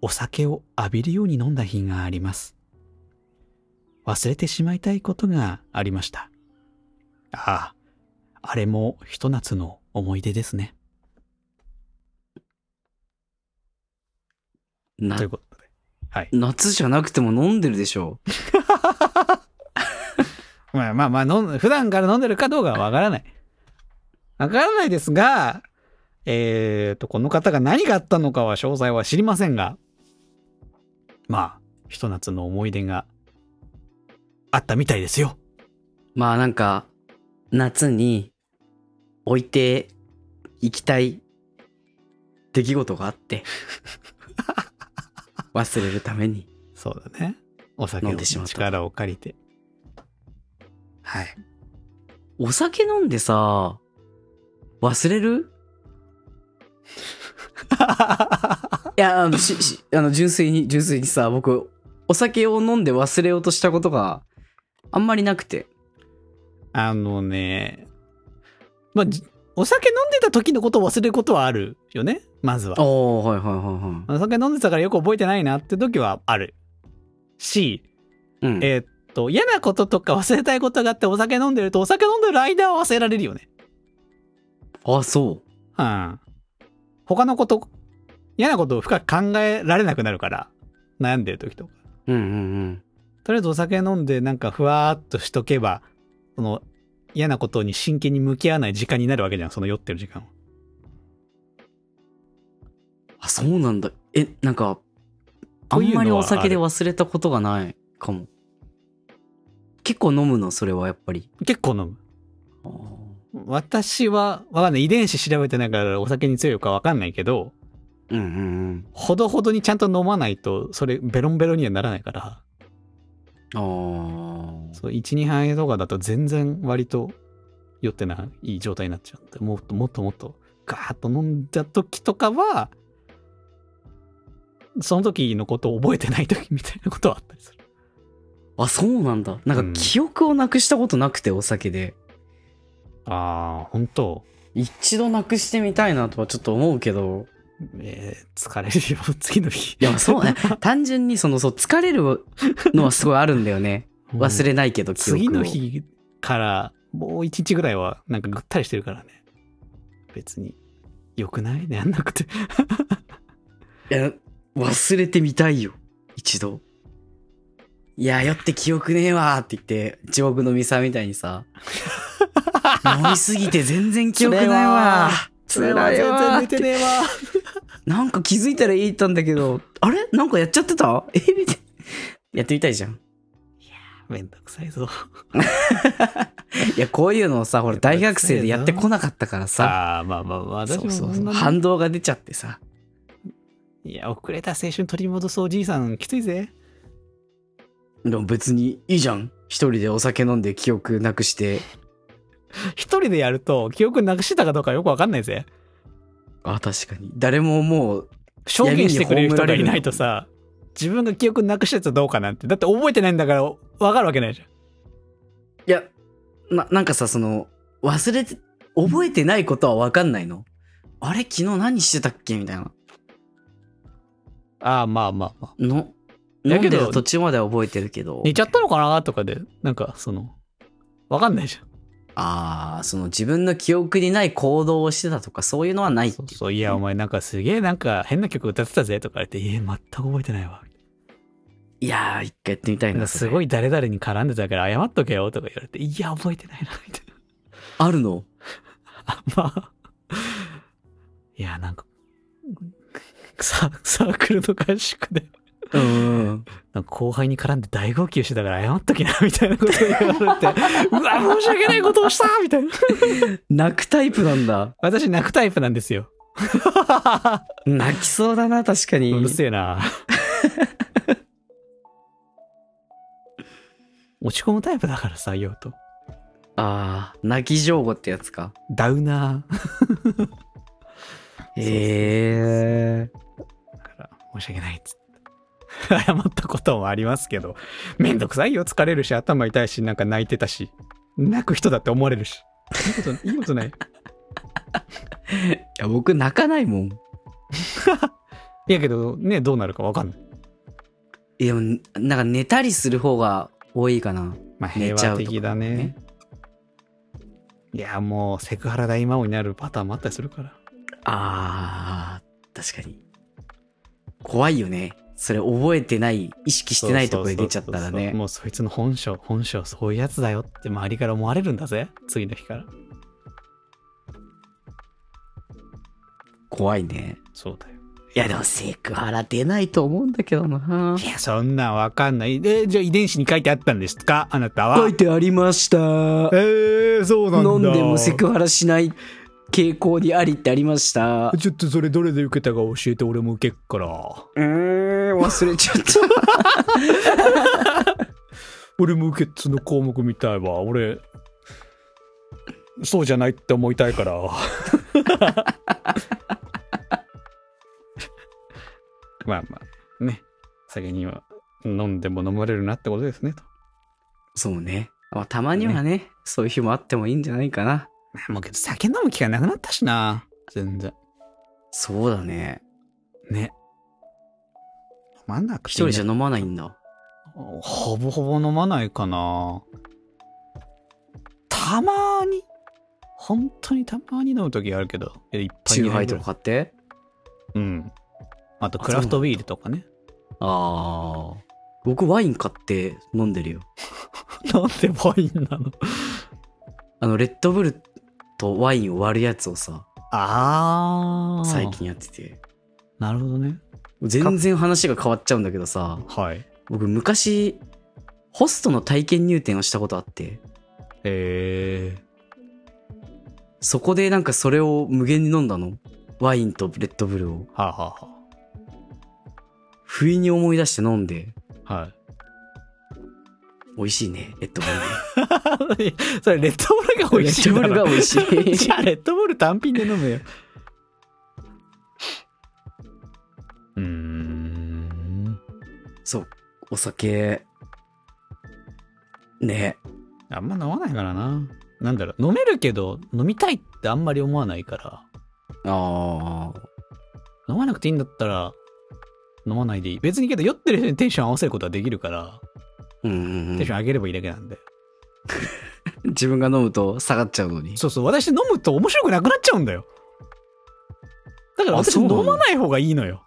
S1: お酒を浴びるように飲んだ日があります。忘れてしまいたいことがありました。ああ、あれもひと夏の思い出ですね。
S3: な
S1: ということで。はい。
S3: 夏じゃなくても飲んでるでしょ。
S1: まあまあまあ飲ん、普段から飲んでるかどうかはわからない。わからないですが、えーと、この方が何があったのかは詳細は知りませんが、まあ、ひと夏の思い出があったみたいですよ。
S3: まあなんか、夏に置いていきたい出来事があ って、忘れるために。
S1: そうだね。お酒
S3: 飲ん
S1: の
S3: でしまった
S1: 力を借りて。はい。
S3: お酒飲んでさ、忘れるいや、あの、し、し、 あの、純粋に、純粋にさ、僕、お酒を飲んで忘れようとしたことがあんまりなくて。
S1: あのね、まあ、じお酒飲んでた時のことを忘れることはあるよね。まずは。
S3: おー、はいはいはいは
S1: お酒飲んでたからよく覚えてないなって時はあるし、
S3: い。うん。
S1: えーっと、嫌なこととか忘れたいことがあってお酒飲んでると、お酒飲んでる間は忘れられるよね。
S3: あ、そ
S1: うん。他のこと、嫌なことを深く考えられなくなるから、悩んでる時とか。
S3: う。うんうんうん。
S1: とりあえずお酒飲んでなんかふわーっとしとけば、その嫌なことに真剣に向き合わない時間になるわけじゃん、その酔ってる時間は。
S3: あ、そうなんだ。え、なんか、あ
S1: とい
S3: ん
S1: うのは
S3: まりお酒で
S1: ある
S3: 忘れたことがないかも。結構飲むの、それはやっぱり。
S1: 結構飲む。
S3: あー
S1: 私は、わかんない。遺伝子調べてないからお酒に強いかわかんないけど、
S3: うんうんうん。
S1: ほどほどにちゃんと飲まないと、それベロンベロンにはならないから、
S3: あー
S1: そう、1、2杯とかだと全然割と酔ってないいい状態になっちゃうんで、もっともっともっとガーッと飲んだ時とかは、その時のことを覚えてない時みたいなことはあったりする。
S3: あ、そうなんだ。な
S1: うんん
S3: か記憶をなくしたことなくて、お酒で。
S1: ああ、本当
S3: 一度なくしてみたいなとはちょっと思うけど。
S1: えー疲れるよ、次の日。
S3: いや、そう ね。単純に、その、そう、疲れるのはすごいあるんだよね。忘れないけど、記憶を
S1: 次の。日からもう一日ぐらいはなんかぐったりしてるからね別に良くないねやんなくて
S3: いや、忘れてみたいよ。一度。いや、酔って記憶ねえわーって言って、地獄のミサみたいに さ。飲みすぎて全然記憶ないわー。
S1: れは
S3: 辛いわーっ
S1: 全然寝て
S3: て。
S1: ねえわ
S3: なんか気づいたら言ったんだけど、あれなんかやっちゃってたえみたいな。やってみたいじゃん。
S1: めんどくさいぞ
S3: いや、こういうのをさ、ほら、大学生でやってこなかったからさ。
S1: ああまあまあまあ私
S3: そう
S1: もそ
S3: そうんそう。
S1: な
S3: 反動が出ちゃってさ。
S1: いや遅れた青春取り戻そうじいさんきついぜ
S3: でも別にいいじゃん。一人でお酒飲んで記憶なくして。
S1: 一人でやると記憶なくしてたかどうかよくわかんないぜ
S3: あ、確かに。誰ももう、
S1: 証言してくれる人がいないと
S3: 闇
S1: さ自分が記憶なくしたやつどうかなんてだって覚えてないんだからわかるわけないじゃん
S3: いや、な、なんかさ、その、忘れて、覚えてないことはわかんないの。あれ昨日何してたっけみたいな。
S1: ああまあまあまあ
S3: の、飲
S1: だ
S3: ん
S1: け
S3: で
S1: ど
S3: る途中までは覚えてるけど。
S1: 寝ちゃったのかなとかでなんかそのわかんないじゃん
S3: ああ、その自分の記憶にない行動をしてたとか、そういうのはないって
S1: そ
S3: いう
S1: うそう、いや、お前なんかすげえなんか変な曲歌ってたぜとか言って、いえ、全く覚えてないわ。
S3: いやー、一回やってみたい
S1: なん
S3: な。
S1: かす
S3: い。
S1: ごい誰々に絡んでたから謝っとけよとか言われて、いや、覚えてないな、みたいな。
S3: あるの
S1: あ まあ。いや、なんか、ササークルの合宿で、
S3: うん。
S1: なんか後輩に絡んで大号泣してたから謝っときな、みたいなこと言われて、うわ、申し訳ないことをしたみたいな。
S3: 泣くタイプなんだ。
S1: 私泣くタイプなんですよ。
S3: 泣きそうだな、確かに。
S1: うるせえな。落ち込むタイプだから採用と。
S3: ああ、泣き上手ってやつか。
S1: ダウナー。
S3: へえ。
S1: だから、申し訳ないっつって。謝ったこともありますけど、めんどくさいよ、疲れるし、頭痛いし、なんか泣いてたし、泣く人だって思われるし。いいこと、いいことない。
S3: いや、僕泣かないもん。
S1: いやけど、ね、どうなるかわかんない。
S3: いや、でもなんか寝たりする方が多いかな。
S1: まあ、
S3: 寝
S1: 平
S3: ちゃ
S1: 和
S3: うとか
S1: 的だね。いや、もう、セクハラ大魔王になるパターンもあったりするから。
S3: ああ、確かに。怖いよね。それ覚えてない、意識してないとこで出ちゃったら
S1: そうそうそうそう
S3: ね。
S1: もうそいつの本性、本性そういうやつだよって周りから思われるんだぜ。次の日から。
S3: 怖いね。
S1: そうだよ。
S3: いや、でもセクハラ出ないと思うんだけどな。
S1: いや、そんなんわかんない。え、じゃあ遺伝子に書いてあったんですかあなたは。
S3: 書いてありました。
S1: えー、そうなんだ。
S3: 飲んでもセクハラしない傾向にありってありました。
S1: ちょっとそれどれで受けたか教えて俺も受けっから。
S3: えー、忘れちゃった。
S1: 俺も受けっつの項目見たいわ。俺、そうじゃないって思いたいから。 まあまあ、ね。酒には飲んでも飲まれるなってことですね、と。
S3: そうね。まあ、たまにはね、そういう日もあってもいいんじゃないかな。
S1: もうけど酒飲む気がなくなったしな。全然。
S3: そうだね。
S1: ね。飲まなく
S3: 一
S1: ていいな
S3: 人じゃ飲まないんだ。
S1: ほぼほぼ飲まないかな。たまに、本当にたまに飲むときあるけど、いや一杯
S3: チューハ
S1: 二杯
S3: イ
S1: ぐ
S3: と
S1: らい
S3: か買って。
S1: うん。あと、クラフトビールとかね。
S3: ああ。僕ワイン買って飲んでるよ。
S1: なんでワインなの
S3: あの、レッドブルとワインを割るやつをさ、
S1: あー。
S3: 最。近やってて。
S1: なるほどね。
S3: 全然話が変わっちゃうんだけどさ、
S1: はい。
S3: 僕昔、ホストの体験入店をしたことあって、
S1: えー。
S3: そこでなんかそれを無限に飲んだの。ワインとレッドブルを。
S1: はあ、はあは
S3: 不意に思い出して飲んで、
S1: あ、はい。
S3: 美味しいね、レッドブルね。
S1: それ、レッドブルが美味しいんだろ。
S3: レッドブルが美味し い
S1: じゃあ、レッドブル単品で飲 めよ。うーん。
S3: そう、お酒、ね
S1: あんま飲まないからな。なんだろう、飲めるけど、飲みたいってあんまり思わないから、
S3: ああ、
S1: 飲まなくていいんだったら、飲まないでいい。別にけど、酔ってる人にテンション合わせることはできるから、
S3: うんうん
S1: テンション上げればいいだけなんで。
S3: うん。自分が飲むと下がっちゃうのに。
S1: そうそう、私飲むと面白くなくなっちゃうんだよ。だから
S3: あ
S1: 私
S3: そうなの
S1: 飲まない方がいいのよ。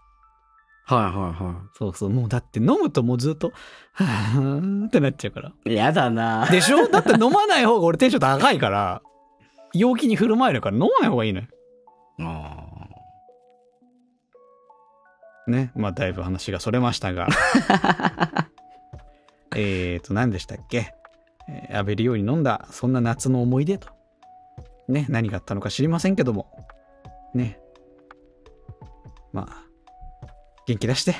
S3: はいはいは
S1: そうそう、もうだって飲むともうずっと、はぁーってなっちゃうから。
S3: い。やだな
S1: でしょだって飲まない方が俺テンション高いから、陽気に振る舞えるから飲まない方がいいのよ。
S3: あ
S1: ね。まあだいぶ話がそれました が。えーと、何でしたっけえー、浴びるように飲んだ、そんな夏の思い出と。ね、何があったのか知りませんけども。ね。まあ、元気出して。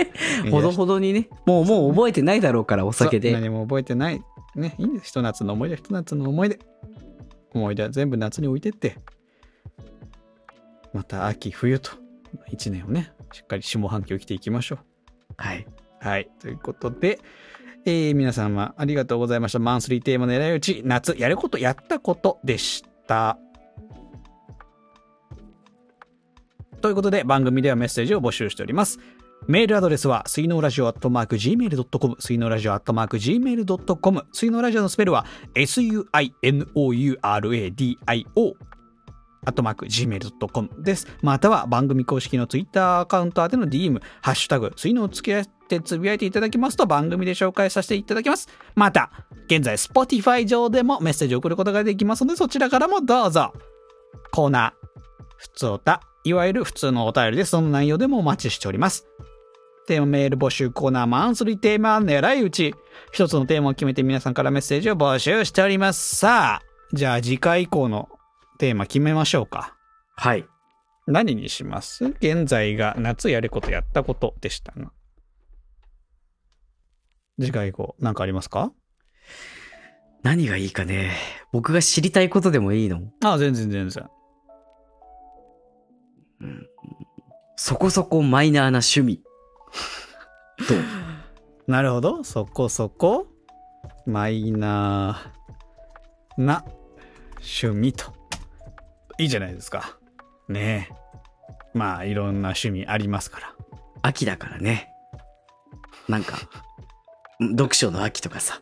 S3: ー ほどほどにね。もうもう覚えてないだろうから、お酒
S1: そう
S3: で。
S1: 何も覚えてない。ね、いいんです。ひと夏の思い出、ひと夏の思い出。思い出は全部夏に置いてって、また秋、冬と、一年をね、しっかり下半期を生きていきましょ
S3: はい。
S1: う。はい。ということで、えー皆様ありがとうございました。マンスリーテーマの狙い撃ち、夏、やること、やったことでした。ということで、番組ではメッセージを募集しております。メールアドレスは、水のラジオアットマーク Gmail.com、水のラジオアットマーク Gmail.com、水のラジオのスペルは、suinouradio アットマーク Gmail.com です。または、番組公式のツイッターアカウント宛ての DM、ハッシュタグ、水のをつけてつぶやいていただきますと、番組で紹介させていただきます。また、現在、Spotify 上でもメッセージを送ることができますので、そちらからもどうぞ。コーナー、普通おた、いわゆる普通のお便りでその内容でもお待ちしております。テーマメール募集コーナーマンスリーテーマ狙い撃ち。一つのテーマを決めて皆さんからメッセージを募集しております。さあ、じゃあ次回以降のテーマ決めましょうか。
S3: はい。
S1: 何にします現在が夏やることやったことでしたが。次回以降、何かありますか
S3: 何がいいかね。僕が知りたいことでもいいの。
S1: ああ、全然全然。
S3: そこそこマイナーな趣味。と。
S1: なるほど。そこそこ、マイナーな趣味と。いいじゃないですか。ねえ。まあ、いろんな趣味ありますから。
S3: 秋だからね。なんか、読書の秋とかさ。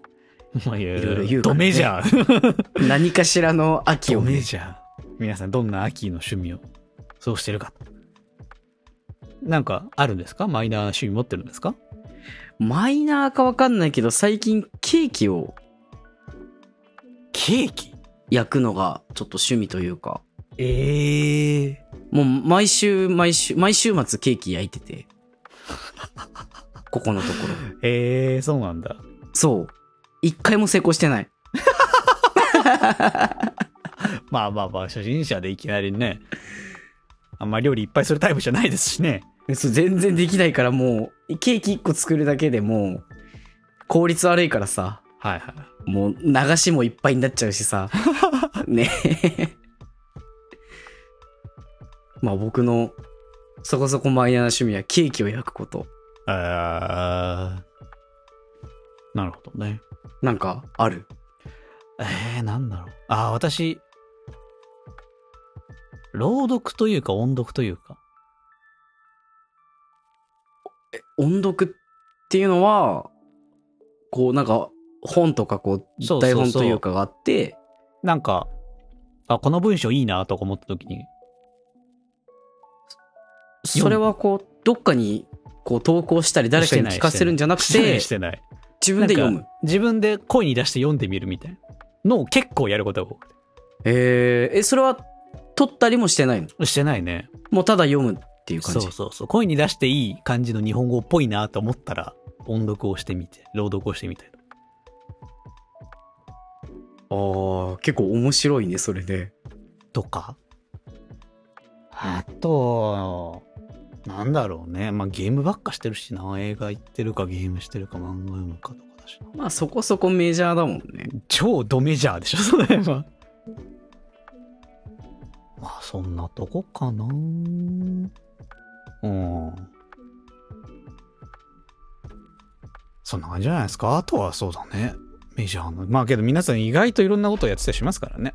S1: まあ、いろ
S3: いろ言うか
S1: ド
S3: らね
S1: メジャー。
S3: 何かしらの秋
S1: ド
S3: をね、
S1: メジャー。皆さん、どんな秋の趣味を過ごしてるか。なんか、あるんですかマイナーな趣味持ってるんですか
S3: マイナーかわかんないけど、最近ケーキを
S1: ケーキ
S3: 焼くのがちょっと趣味というか、
S1: ええ
S3: もう毎週毎週、毎週末ケーキ焼いてて。ここのところ。
S1: ええそうなんだ。
S3: そう。一回も成功してない。
S1: まあまあまあ、初心者でいきなりね、あんま料理いっぱいするタイプじゃないですしね。
S3: そう全然できないからもう、ケーキ一個作るだけでもう、効率悪いからさ、
S1: はいはい。
S3: もう流しもいっぱいになっちゃうし さ。ね え。まあ僕のそこそこマイナーな趣味はケーキを焼くこと。
S1: あーなるほどね。
S3: なんかある
S1: えー、なんだろう。ああ、私、朗読というか音読というか。
S3: 音読っていうのは、こうなんか本とかこ
S1: そうそうそう
S3: う台本というかがあって、
S1: なんか、あ、この文章いいなとか思った時に、そう
S3: それはこうどっかにこう投稿したり誰かに聞かせるんじゃなく
S1: してな
S3: て
S1: い、してない。
S3: 自分で読
S1: なん
S3: む
S1: か。自分で声に出して読んでみるみたいなのを結構やることが多く
S3: えー、え、それは撮ったりもしてないの
S1: て。してないね。
S3: もうただ読むっていう感じ。
S1: そうそうそう。声に出していい感じの日本語っぽいなと思ったら、音読をしてみて、朗読をしてみたいな。
S3: ああ、結構面白いね、それで。
S1: とか。あと、なんだろうね。まあゲームばっかしてるしな。映画行ってるかゲームしてるか漫画読むかとかだしな。
S3: まあそこそこメジャーだもんね。
S1: 超ドメジャーでしょ、 それは。まあそんなとこかな。うん。そんな感じじゃないですか。あとはそうだね。メジャーな。まあけど皆さん意外といろんなことをやってたりしますからね。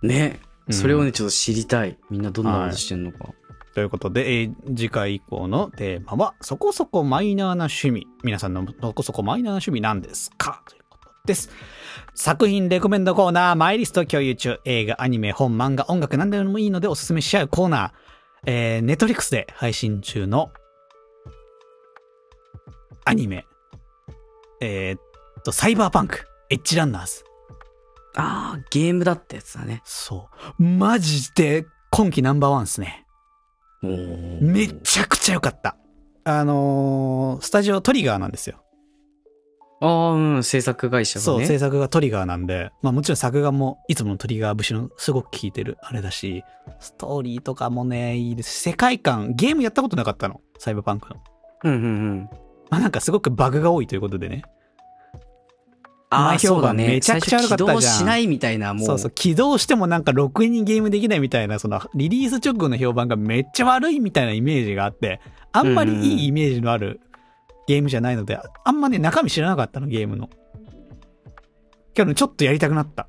S3: ね。
S1: うん
S3: それをね、ちょっと知りたい。みんなどんなことしてんのか。
S1: ということで、えー次回以降のテーマは、そこそこマイナーな趣味。皆さんのそこそこマイナーな趣味なんですかということです。作品レコメンドコーナー、マイリスト共有中、映画、アニメ、本、漫画、音楽、何でもいいのでおすすめし合うコーナー、えー、ネットリックスで配信中の、アニメ、えーっと、サイバーパンク、エッジランナーズ。
S3: ああ、ゲームだったやつだね。
S1: そう。マジで、今季ナンバーワンですね。めちゃくちゃ良かった。あのースタジオトリガーなんですよ。
S3: ああ、うん、制作会社
S1: そ
S3: が
S1: う、
S3: ね。
S1: 制作がトリガーなんで、まあもちろん作画もいつものトリガー節のすごく効いてるあれだし、ストーリーとかもね、いいですし。世界観、ゲームやったことなかったの。サイバーパンクの。
S3: うんうんうん。
S1: まあなんかすごくバグが多いということでね。
S3: あ
S1: 前
S3: あ、
S1: 評判
S3: そうだね。
S1: めちゃくちゃ悪かったじゃん
S3: 最初起動しないみたいな、もう。
S1: そうそう、起動してもなんかろくにゲームできないみたいな、そのリリース直後の評判がめっちゃ悪いみたいなイメージがあって、あんまりいいイメージのあるゲームじゃないので、あんまね、中身知らなかったの、ゲームの。けどね、ちょっとやりたくなった。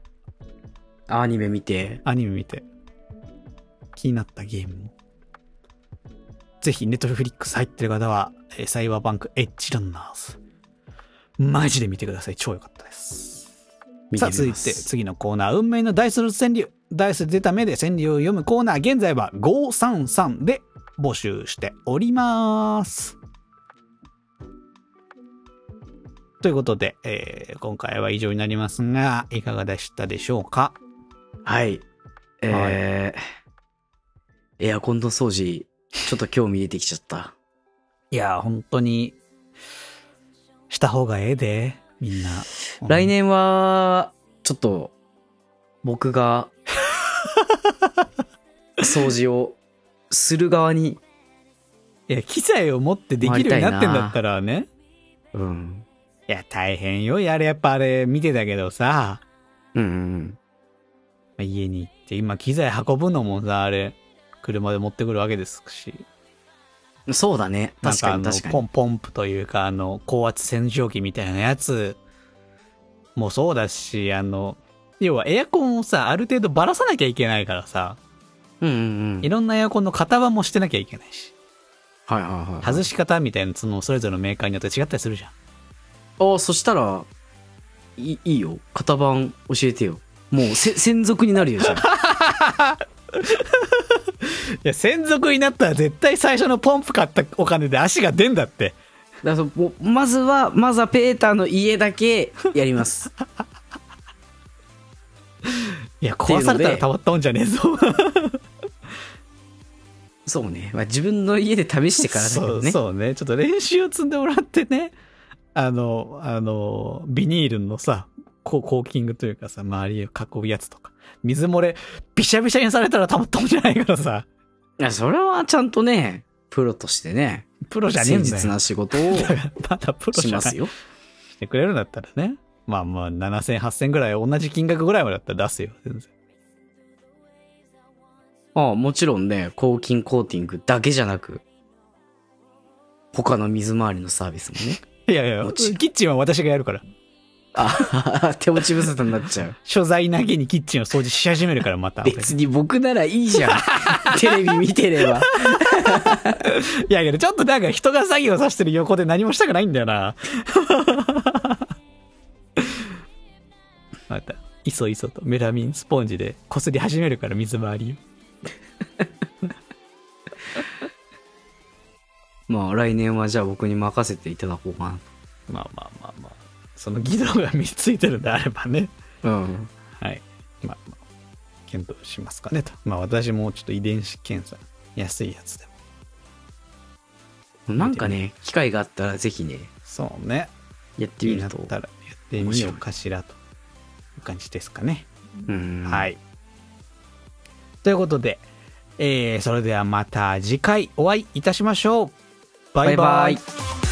S3: アニメ見て。
S1: アニメ見て。気になったゲームも。ぜひ、ネットフリックス入ってる方は、えーサイバーバンクエッジランナーズ。マジで見てください。超良かったです。
S3: 見
S1: さあ、
S3: み
S1: 続い
S3: ま
S1: て、
S3: す
S1: 次のコーナー。運命のダイスの川柳。ダイスで出た目で川柳を読むコーナー。現在は533で募集しております。ということで、えー今回は以上になりますが、いかがでしたでしょうか
S3: はい。えー、エアコンの掃除、ちょっと興味出てきちゃった。
S1: いやー、本当に、した方がええで、みんな。
S3: 来年は、ちょっと、僕が、掃除をする側に、
S1: いや、機材を持ってできるようになってんだったらね。
S3: うん。
S1: いや、大変よ。やれ、やっぱあれ見てたけどさ、
S3: うんうん
S1: まあ家に行って、今機材運ぶのもさ、あれ、車で持ってくるわけですし。
S3: うん。そうだね。確かに
S1: なん
S3: 確
S1: か
S3: か
S1: あのポ
S3: に。
S1: ンポンプというか、あの、高圧洗浄機みたいなやつもそうだし、あの、要はエアコンをさ、ある程度ばらさなきゃいけないからさ、
S3: うんうんうん。
S1: いろんなエアコンの型番もしてなきゃいけないし、
S3: はいはいはい。
S1: 外し方みたいなそのそれぞれのメーカーによって違ったりするじゃん。
S3: ああ、そしたら、いいいよ。型番教えてよ。もうせ、 専属になるよ、じゃあ。
S1: いや、専属になったら絶対最初のポンプ買ったお金で足が出んだって。
S3: だからそもうまずは、まずはペーターの家だけやります。
S1: いや、壊されたらたまったもんじゃねえぞ。
S3: そうね。まあ、自分の家で試してからだけどね。
S1: そうそうね。ちょっと練習を積んでもらってね。あの、あの、ビニールのさ、こうコーキングというかさ、周りを囲うやつとか。水漏れ、びしゃびしゃにされたらたまったもんじゃないからさ。
S3: いや、それはちゃんとね、プロとしてね、
S1: プロじゃねえ
S3: 誠
S1: んだ
S3: 実
S1: よ。
S3: な仕事を
S1: だからまだプロ
S3: し
S1: じゃ
S3: ま
S1: ない
S3: す
S1: し
S3: よ。
S1: てくれるんだったらね。まあまあ、7000、8000ぐらい、同じ金額ぐらいまでだったら出すよ。全然。
S3: ああ、もちろんね、抗菌コーティングだけじゃなく、他の水回りのサービスも ね。
S1: いやいや、
S3: もちろん
S1: キッチンは私がやるから。
S3: あ手落ち無沙汰になっちゃう。
S1: 所在なげにキッチンを掃除し始めるから、また。俺が
S3: 別に僕ならいい じゃん。テレビ見てれば。
S1: いやいや、ちょっとなんか人が作業さしてる横で何もしたくないんだよな。 また、いそいそとメラミンスポンジで擦り始めるから水回り
S3: まあ来年はじゃあ僕に任せていただこうか
S1: を。まあまあまあまあ。その技能が身についてるんであればね。
S3: な。うん。
S1: はい。まあまあ、検討しますかねと。まあ私もちょっと遺伝子検査、安いやつでも。
S3: なんかね、機会があったらぜひね、
S1: そうね。
S3: やってみ
S1: 気にな
S3: る
S1: っ
S3: と。
S1: たらやってみようかしらという感じですかね。
S3: うん。。
S1: はいい。ということで、えーそれではまた次回お会いいたしましょう。バイバイ。
S3: バイバイ